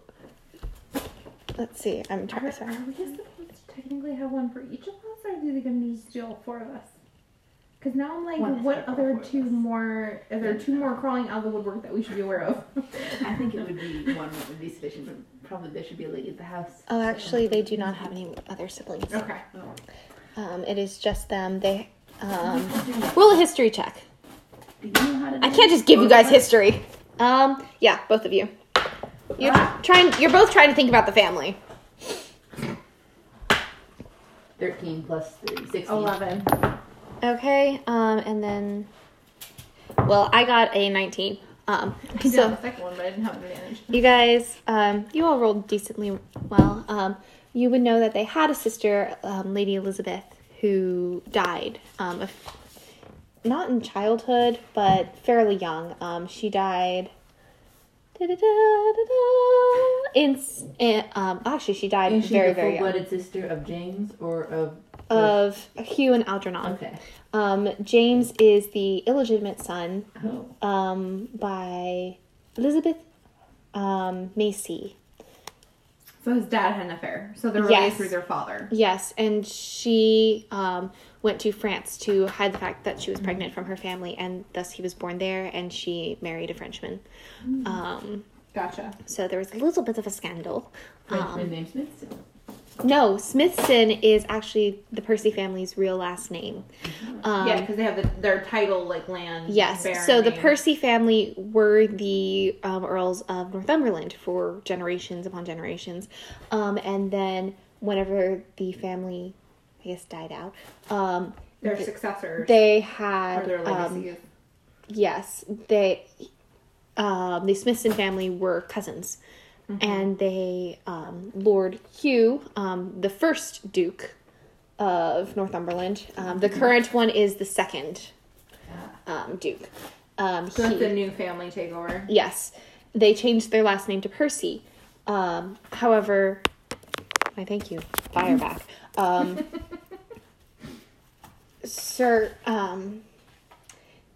Speaker 2: let's see, I'm trying
Speaker 1: Are
Speaker 2: to
Speaker 1: we supposed to technically have one for each of us, or are they going to just do all four of us? Because now I'm like,
Speaker 3: One
Speaker 1: what
Speaker 3: for all
Speaker 1: other
Speaker 3: four of
Speaker 1: two
Speaker 3: us.
Speaker 1: more? Are there two more crawling out of the woodwork that we should be aware of?
Speaker 3: I think it would be one that would be sufficient, but probably there should be a lady at the house.
Speaker 2: Oh, actually, they do not have any other siblings.
Speaker 1: [laughs] okay.
Speaker 3: Oh.
Speaker 2: Um, it is just them. They um, roll a history check.
Speaker 3: Do you know how to? Do
Speaker 2: I can't just give you guys history. Um, yeah, both of you. You're trying. You're both trying to think about the family.
Speaker 3: Thirteen plus three,
Speaker 1: [laughs]
Speaker 3: 16.
Speaker 1: Eleven.
Speaker 2: Okay. Um, and then, well, I got a 19. [laughs] Um,
Speaker 1: I did on
Speaker 2: so
Speaker 1: the second one, but I didn't have advantage.
Speaker 2: you guys, um, you all rolled decently well. Um, you would know that they had a sister, um, Lady Elizabeth, who died um, of not in childhood, but fairly young. Um, she died. da-da-da-da-da, In, s- in um, actually, she died
Speaker 3: Is she
Speaker 2: very,
Speaker 3: the
Speaker 2: very young.
Speaker 3: full-blooded sister of James or of?
Speaker 2: Of Hugh and Algernon.
Speaker 3: okay.
Speaker 2: Um, James is the illegitimate son
Speaker 3: Oh.
Speaker 2: um, by Elizabeth um, Macy.
Speaker 1: So his dad had an affair. So they're
Speaker 2: Yes.
Speaker 1: related through their father.
Speaker 2: Yes, and she um, went to France to hide the fact that she was pregnant from her family, and thus he was born there, and she married a Frenchman.
Speaker 1: Hmm.
Speaker 2: Um,
Speaker 1: Gotcha.
Speaker 2: so there was a little bit of a scandal.
Speaker 3: Frenchman
Speaker 2: Um,
Speaker 3: named Smithson.
Speaker 2: no, Smithson is actually the Percy family's real last name.
Speaker 1: Mm-hmm.
Speaker 2: Um,
Speaker 1: yeah, because they have the, their title like land.
Speaker 2: Yes.
Speaker 1: baron
Speaker 2: so the
Speaker 1: name.
Speaker 2: Percy family were the um, earls of Northumberland for generations upon generations, um, and then whenever the family, I guess, died out, um,
Speaker 1: their successors,
Speaker 2: they
Speaker 1: or
Speaker 2: had
Speaker 1: their
Speaker 2: um,
Speaker 1: legacy. is-
Speaker 2: yes, they um, the Smithson family were cousins,
Speaker 1: Mm-hmm.
Speaker 2: and they um, Lord Hugh, um, the first Duke of Northumberland, um, the
Speaker 1: Mm-hmm.
Speaker 2: current one is the second um, Duke. Um,
Speaker 1: so that's
Speaker 2: he-
Speaker 1: the new family takeover.
Speaker 2: Yes, they changed their last name to Percy. Um, however, I thank you. Fire back. Um, Sir um,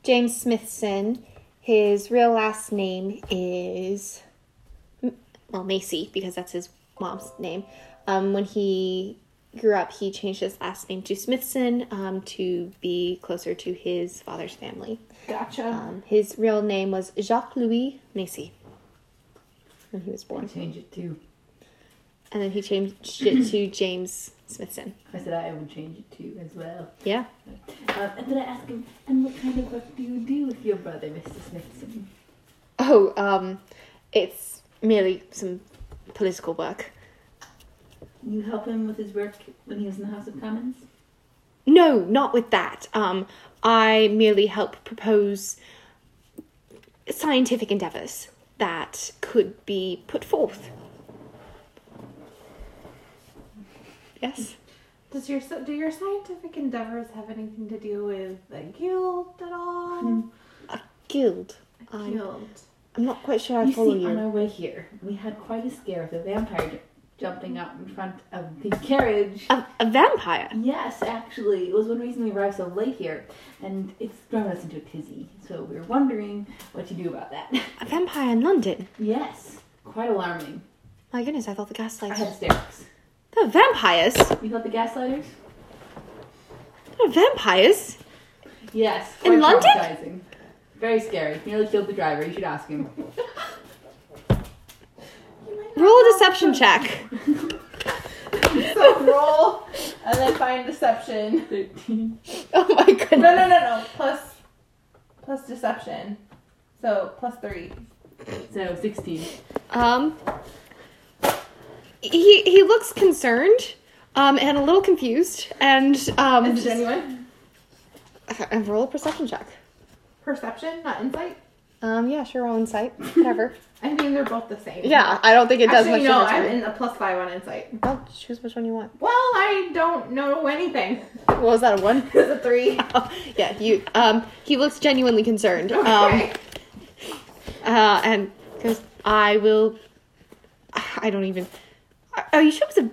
Speaker 2: James Smithson. His real last name is well Macy because that's his mom's name. Um, when he grew up, he changed his last name to Smithson um, to be closer to his father's family.
Speaker 1: Gotcha.
Speaker 2: Um, his real name was Jacques Louis Macy when he was born,
Speaker 3: Change it to.
Speaker 2: and then he changed it to James Smithson.
Speaker 3: I said I would change it to as well.
Speaker 2: Yeah.
Speaker 3: Um, and then I asked him, and what kind of work do you do with your brother, Mr. Smithson?
Speaker 2: Oh, um, it's merely some political work.
Speaker 3: You help him with his work when he was in the House of Commons?
Speaker 2: No, not with that. Um, I merely help propose scientific endeavors that could be put forth. Yes.
Speaker 1: Does your do your scientific endeavors have anything to do with the guild at all?
Speaker 2: A guild.
Speaker 1: A
Speaker 2: I'm,
Speaker 1: guild. [laughs]
Speaker 2: I'm not quite sure I
Speaker 3: you
Speaker 2: follow
Speaker 3: see,
Speaker 2: you.
Speaker 3: on our way here, we had quite a scare of the vampire ju- jumping out in front of the carriage.
Speaker 2: A, a vampire.
Speaker 3: Yes, actually, it was one reason we arrived so late here, and it's thrown us into a tizzy. So we were wondering what to do about that. [laughs]
Speaker 2: A vampire in London.
Speaker 3: yes, quite alarming.
Speaker 2: My goodness, I thought the
Speaker 3: I
Speaker 2: gaslights.
Speaker 3: had hysterics.
Speaker 2: They're vampires. They're
Speaker 3: You thought the gaslighters?
Speaker 2: vampires.
Speaker 3: Yes.
Speaker 2: In
Speaker 3: quite
Speaker 2: London?
Speaker 3: traumatizing. Very scary. Nearly killed the driver. You should ask
Speaker 2: [laughs]
Speaker 3: him.
Speaker 2: Roll a deception check. [laughs]
Speaker 1: So roll and then find [laughs] deception.
Speaker 3: Thirteen.
Speaker 2: Oh my
Speaker 1: No,
Speaker 2: goodness.
Speaker 1: no, no, no. Plus, plus deception. So plus three.
Speaker 3: So sixteen.
Speaker 2: Um. He he looks concerned, um, and a little confused, and um.
Speaker 1: Is it anyone?
Speaker 2: And roll a perception check.
Speaker 1: Perception, not insight.
Speaker 2: Um. Yeah. Sure. Roll insight. Whatever.
Speaker 1: I mean, they're both the same.
Speaker 2: yeah. I don't think it does
Speaker 1: Actually,
Speaker 2: much
Speaker 1: no, I'm
Speaker 2: difference.
Speaker 1: in a plus five on insight.
Speaker 2: Well, choose which one you want.
Speaker 1: Well, I don't know anything.
Speaker 2: What was that? A one?
Speaker 1: It's a three.
Speaker 2: [laughs] Oh, yeah. You. Um. He looks genuinely concerned. Um.
Speaker 1: Okay.
Speaker 2: Uh, and goes, I will. I don't even. Are- Are you sure it was a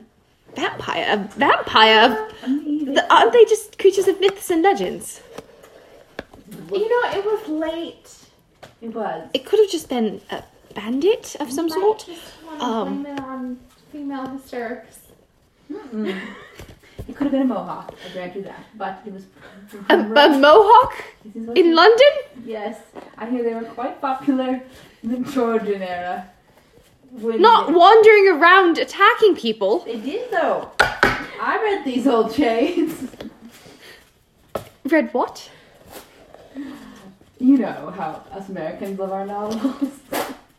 Speaker 2: vampire? A vampire? The- Aren't they just creatures of myths and legends?
Speaker 1: you know, it was late.
Speaker 3: It was.
Speaker 2: It could have just been a bandit of some
Speaker 1: Might
Speaker 2: sort.
Speaker 1: just wanna
Speaker 2: Um.
Speaker 1: blame it on female hysterics.
Speaker 3: Mm-mm. It could have been a mohawk. I grant you that. But it was.
Speaker 2: A, a mohawk
Speaker 3: This is what
Speaker 2: in
Speaker 3: you-
Speaker 2: London?
Speaker 3: Yes, I hear they were quite popular in the Georgian era. When
Speaker 2: Not
Speaker 3: they-
Speaker 2: wandering around attacking people.
Speaker 3: They did though. I read these [laughs] old chains.
Speaker 2: Read what?
Speaker 3: You know how us Americans love our novels.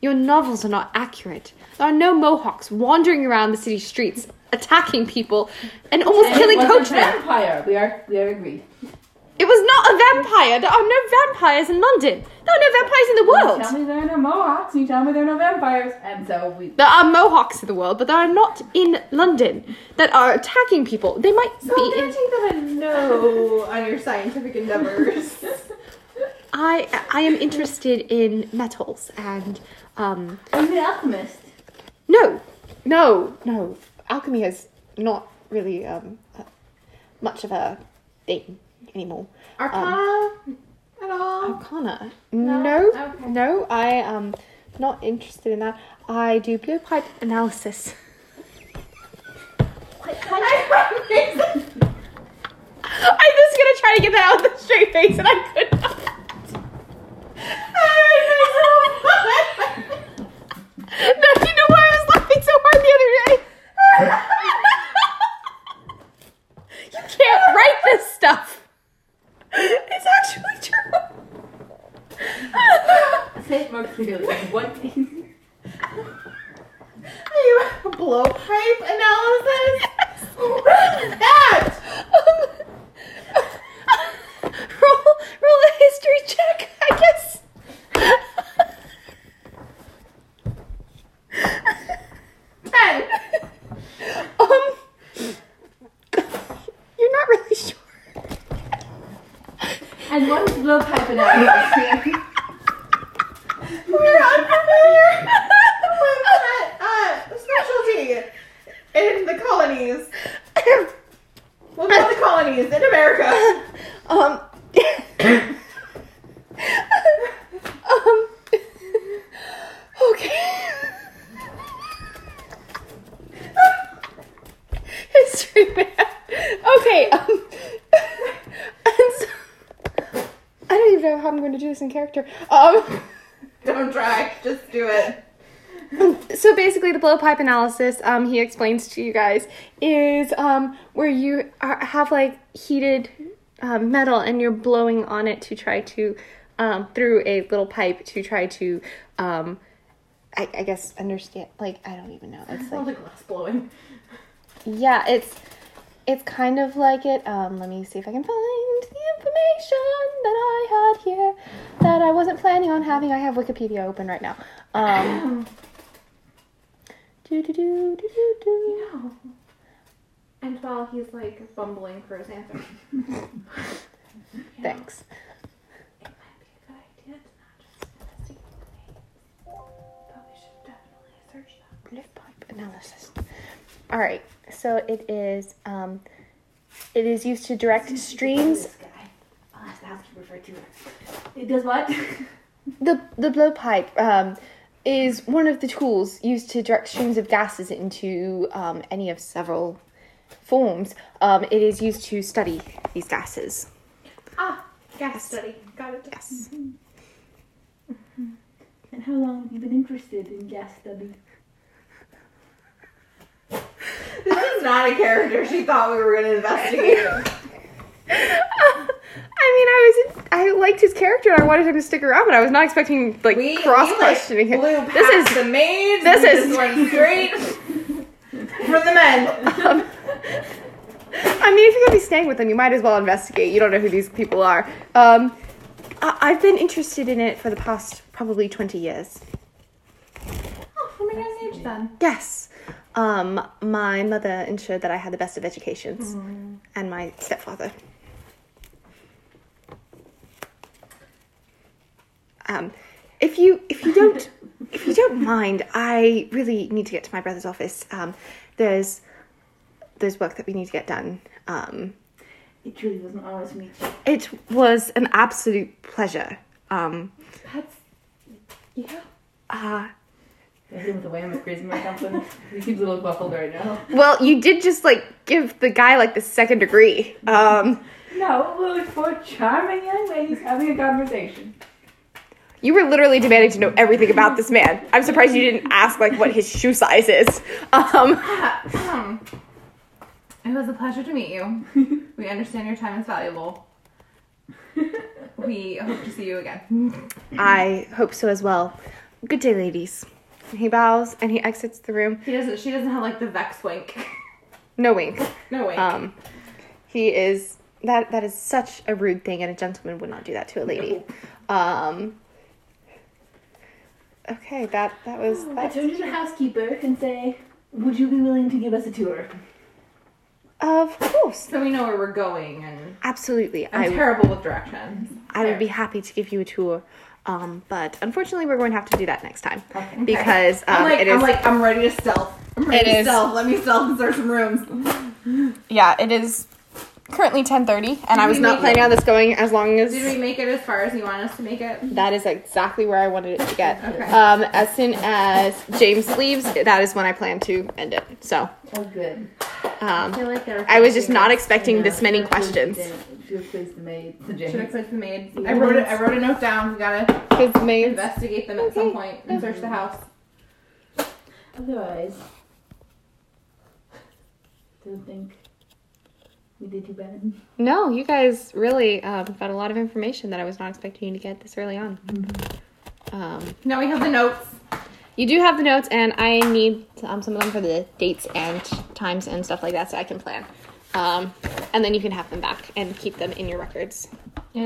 Speaker 2: Your novels are not accurate. There are no Mohawks wandering around the city streets, attacking people, and almost
Speaker 3: And
Speaker 2: killing
Speaker 3: it was a
Speaker 2: coachmen.
Speaker 3: vampire. We are we are agreed.
Speaker 2: it was not a vampire. There are no vampires in London. There are no vampires in the
Speaker 3: You tell
Speaker 2: world.
Speaker 3: me there are no Mohawks. You tell me there are no vampires. And so we.
Speaker 2: There are Mohawks in the world, but there are not in London that are attacking people. They might
Speaker 1: So
Speaker 2: be.
Speaker 1: I'm gonna
Speaker 2: In,
Speaker 1: take that a no on your scientific [laughs] endeavors.
Speaker 2: I I am interested in metals and um.
Speaker 3: I'm an alchemist.
Speaker 2: No, no, no. Alchemy is not really um uh, much of a thing anymore.
Speaker 1: Um, Arcana at
Speaker 2: Um,
Speaker 1: all?
Speaker 2: Arcana.
Speaker 1: No?
Speaker 2: No.
Speaker 1: Okay.
Speaker 2: No, I um not interested in that. I do blowpipe analysis.
Speaker 1: [laughs]
Speaker 2: I was gonna try to get that out with a straight face and I could not. [laughs] no, you know why I was laughing so hard the other day? [laughs] you can't write this stuff. It's actually true. [laughs]
Speaker 3: Say it more clearly. What [laughs] is?
Speaker 1: Are you a blowpipe analysis? What is that?
Speaker 2: roll, roll a history check, I guess.
Speaker 1: Ten.
Speaker 2: um, you're not really sure.
Speaker 3: And what is blowpipe
Speaker 2: [laughs]
Speaker 3: analysis?
Speaker 1: We're unfamiliar with that uh, specialty in the colonies. Well, not the colonies, in America.
Speaker 2: [laughs]
Speaker 1: [laughs]
Speaker 2: um, um, okay. [laughs] History math. Okay. Um, [laughs] and so, I don't even know how I'm going to do this in character. Um.
Speaker 1: Don't try, just do it.
Speaker 2: so basically the blowpipe analysis um, he explains to you guys is um, where you are, have like heated uh, metal and you're blowing on it to try to um, through a little pipe to try to um, I, I guess understand like i don't even know it's
Speaker 1: All
Speaker 2: like
Speaker 1: the glass blowing.
Speaker 2: yeah it's it's kind of like it um, let me see if i can find the information that i had here that i wasn't planning on having i have wikipedia open right now um, doo-doo-doo, doo-doo-doo.
Speaker 1: No. And while he's like bumbling for his [laughs] answer, it
Speaker 2: Thanks.
Speaker 1: might be a good idea to not just investigate the names, but we should definitely search them.
Speaker 2: Lift pipe analysis. All right. So it is. Um, it is used to direct streams.
Speaker 3: This guy. I'll ask the housekeeper for a tour. It does what?
Speaker 2: The the blowpipe um, is one of the tools used to direct streams of gases into um, any of several forms. Um, it is used to study these gases.
Speaker 1: Ah, gas study. Got it.
Speaker 2: Yes. [laughs]
Speaker 3: and how long have you been interested in gas study?
Speaker 1: This is not a character she thought we were going to investigate.
Speaker 2: I mean, I was I liked his character. and I wanted him to stick around, but I was not expecting like
Speaker 1: We
Speaker 2: cross questioning
Speaker 1: we,
Speaker 2: him.
Speaker 1: like, blew
Speaker 2: This
Speaker 1: past
Speaker 2: is
Speaker 1: the maids.
Speaker 2: this
Speaker 1: we
Speaker 2: is-
Speaker 1: just went straight for the men.
Speaker 2: [laughs] Um, I mean, if you're gonna be staying with them, you might as well investigate. You don't know who these people are. Um, I- I've been interested in it for the past probably 20 years.
Speaker 1: Oh, from a young age then.
Speaker 2: Yes. Um, my mother ensured that I had the best of educations, and my stepfather. Um, if you if you don't if you don't mind, I really need to get to my brother's office. Um, there's there's work that we need to get done. Um,
Speaker 3: It truly was an honor to meet you.
Speaker 2: it was an absolute pleasure. Um,
Speaker 3: That's yeah.
Speaker 2: uh,
Speaker 3: Is it with the way I'm a charisma or something? He seems a little muffled right now.
Speaker 2: well, you did just like give the guy like the second degree. Um,
Speaker 3: No, we were four charming young ladies having a [laughs] conversation.
Speaker 2: you were literally demanding to know everything about this man. I'm surprised you didn't ask like what his shoe size is. Um,
Speaker 1: it was a pleasure to meet you. We understand your time is valuable. We hope to see you again.
Speaker 2: I hope so as well. Good day, ladies. He bows and he exits the room.
Speaker 1: He doesn't. She doesn't have like the vex wink. [laughs]
Speaker 2: No wink.
Speaker 1: No wink.
Speaker 2: Um, he is that that is such a rude thing, and a gentleman would not do that to a lady. Um. Okay, that that was
Speaker 3: I
Speaker 2: that,
Speaker 3: turn to the housekeeper and say, "Would you be willing to give us a tour?"
Speaker 2: of course,
Speaker 1: so we know where we're going, and
Speaker 2: absolutely.
Speaker 1: I'm
Speaker 2: I
Speaker 1: terrible with directions.
Speaker 2: I would be happy to give you a tour, um, but unfortunately, we're going to have to do that next time
Speaker 3: Okay.
Speaker 2: because um,
Speaker 1: I'm like,
Speaker 2: it
Speaker 1: I'm
Speaker 2: is
Speaker 1: like, I'm ready to stealth. I'm ready
Speaker 2: It
Speaker 1: to
Speaker 2: is-
Speaker 1: stealth. Let me stealth and search some rooms.
Speaker 2: yeah, it is currently ten thirty, and I
Speaker 1: we
Speaker 2: was
Speaker 1: make
Speaker 2: not planning on this going as long as
Speaker 1: Did we make it as far as you want us to make it?
Speaker 2: That is exactly where I wanted it to get.
Speaker 1: Okay.
Speaker 2: Um, as soon as James leaves, that is when I plan to end it. So
Speaker 3: Oh, good.
Speaker 1: I
Speaker 2: um,
Speaker 1: feel like there. were
Speaker 2: I was just
Speaker 1: things- [laughs]
Speaker 2: not expecting this
Speaker 3: Yeah,
Speaker 2: many
Speaker 3: should've quizzed
Speaker 2: questions.
Speaker 3: Dan- should've quizzed the maid, the
Speaker 1: Should have
Speaker 3: James.
Speaker 1: clicked the maids. I wrote it. I wrote a note down. We gotta
Speaker 2: His main-
Speaker 1: investigate them at some
Speaker 2: Okay.
Speaker 1: point and search the house.
Speaker 3: Otherwise, don't think we did too bad.
Speaker 2: No, you guys really um, got a lot of information that I was not expecting you to get this early on.
Speaker 1: Mm-hmm.
Speaker 2: Um,
Speaker 1: Now we have the notes.
Speaker 2: you do have the notes, and I need um, some of them for the dates and times and stuff like that, so I can plan. Um, and then you can have them back and keep them in your records.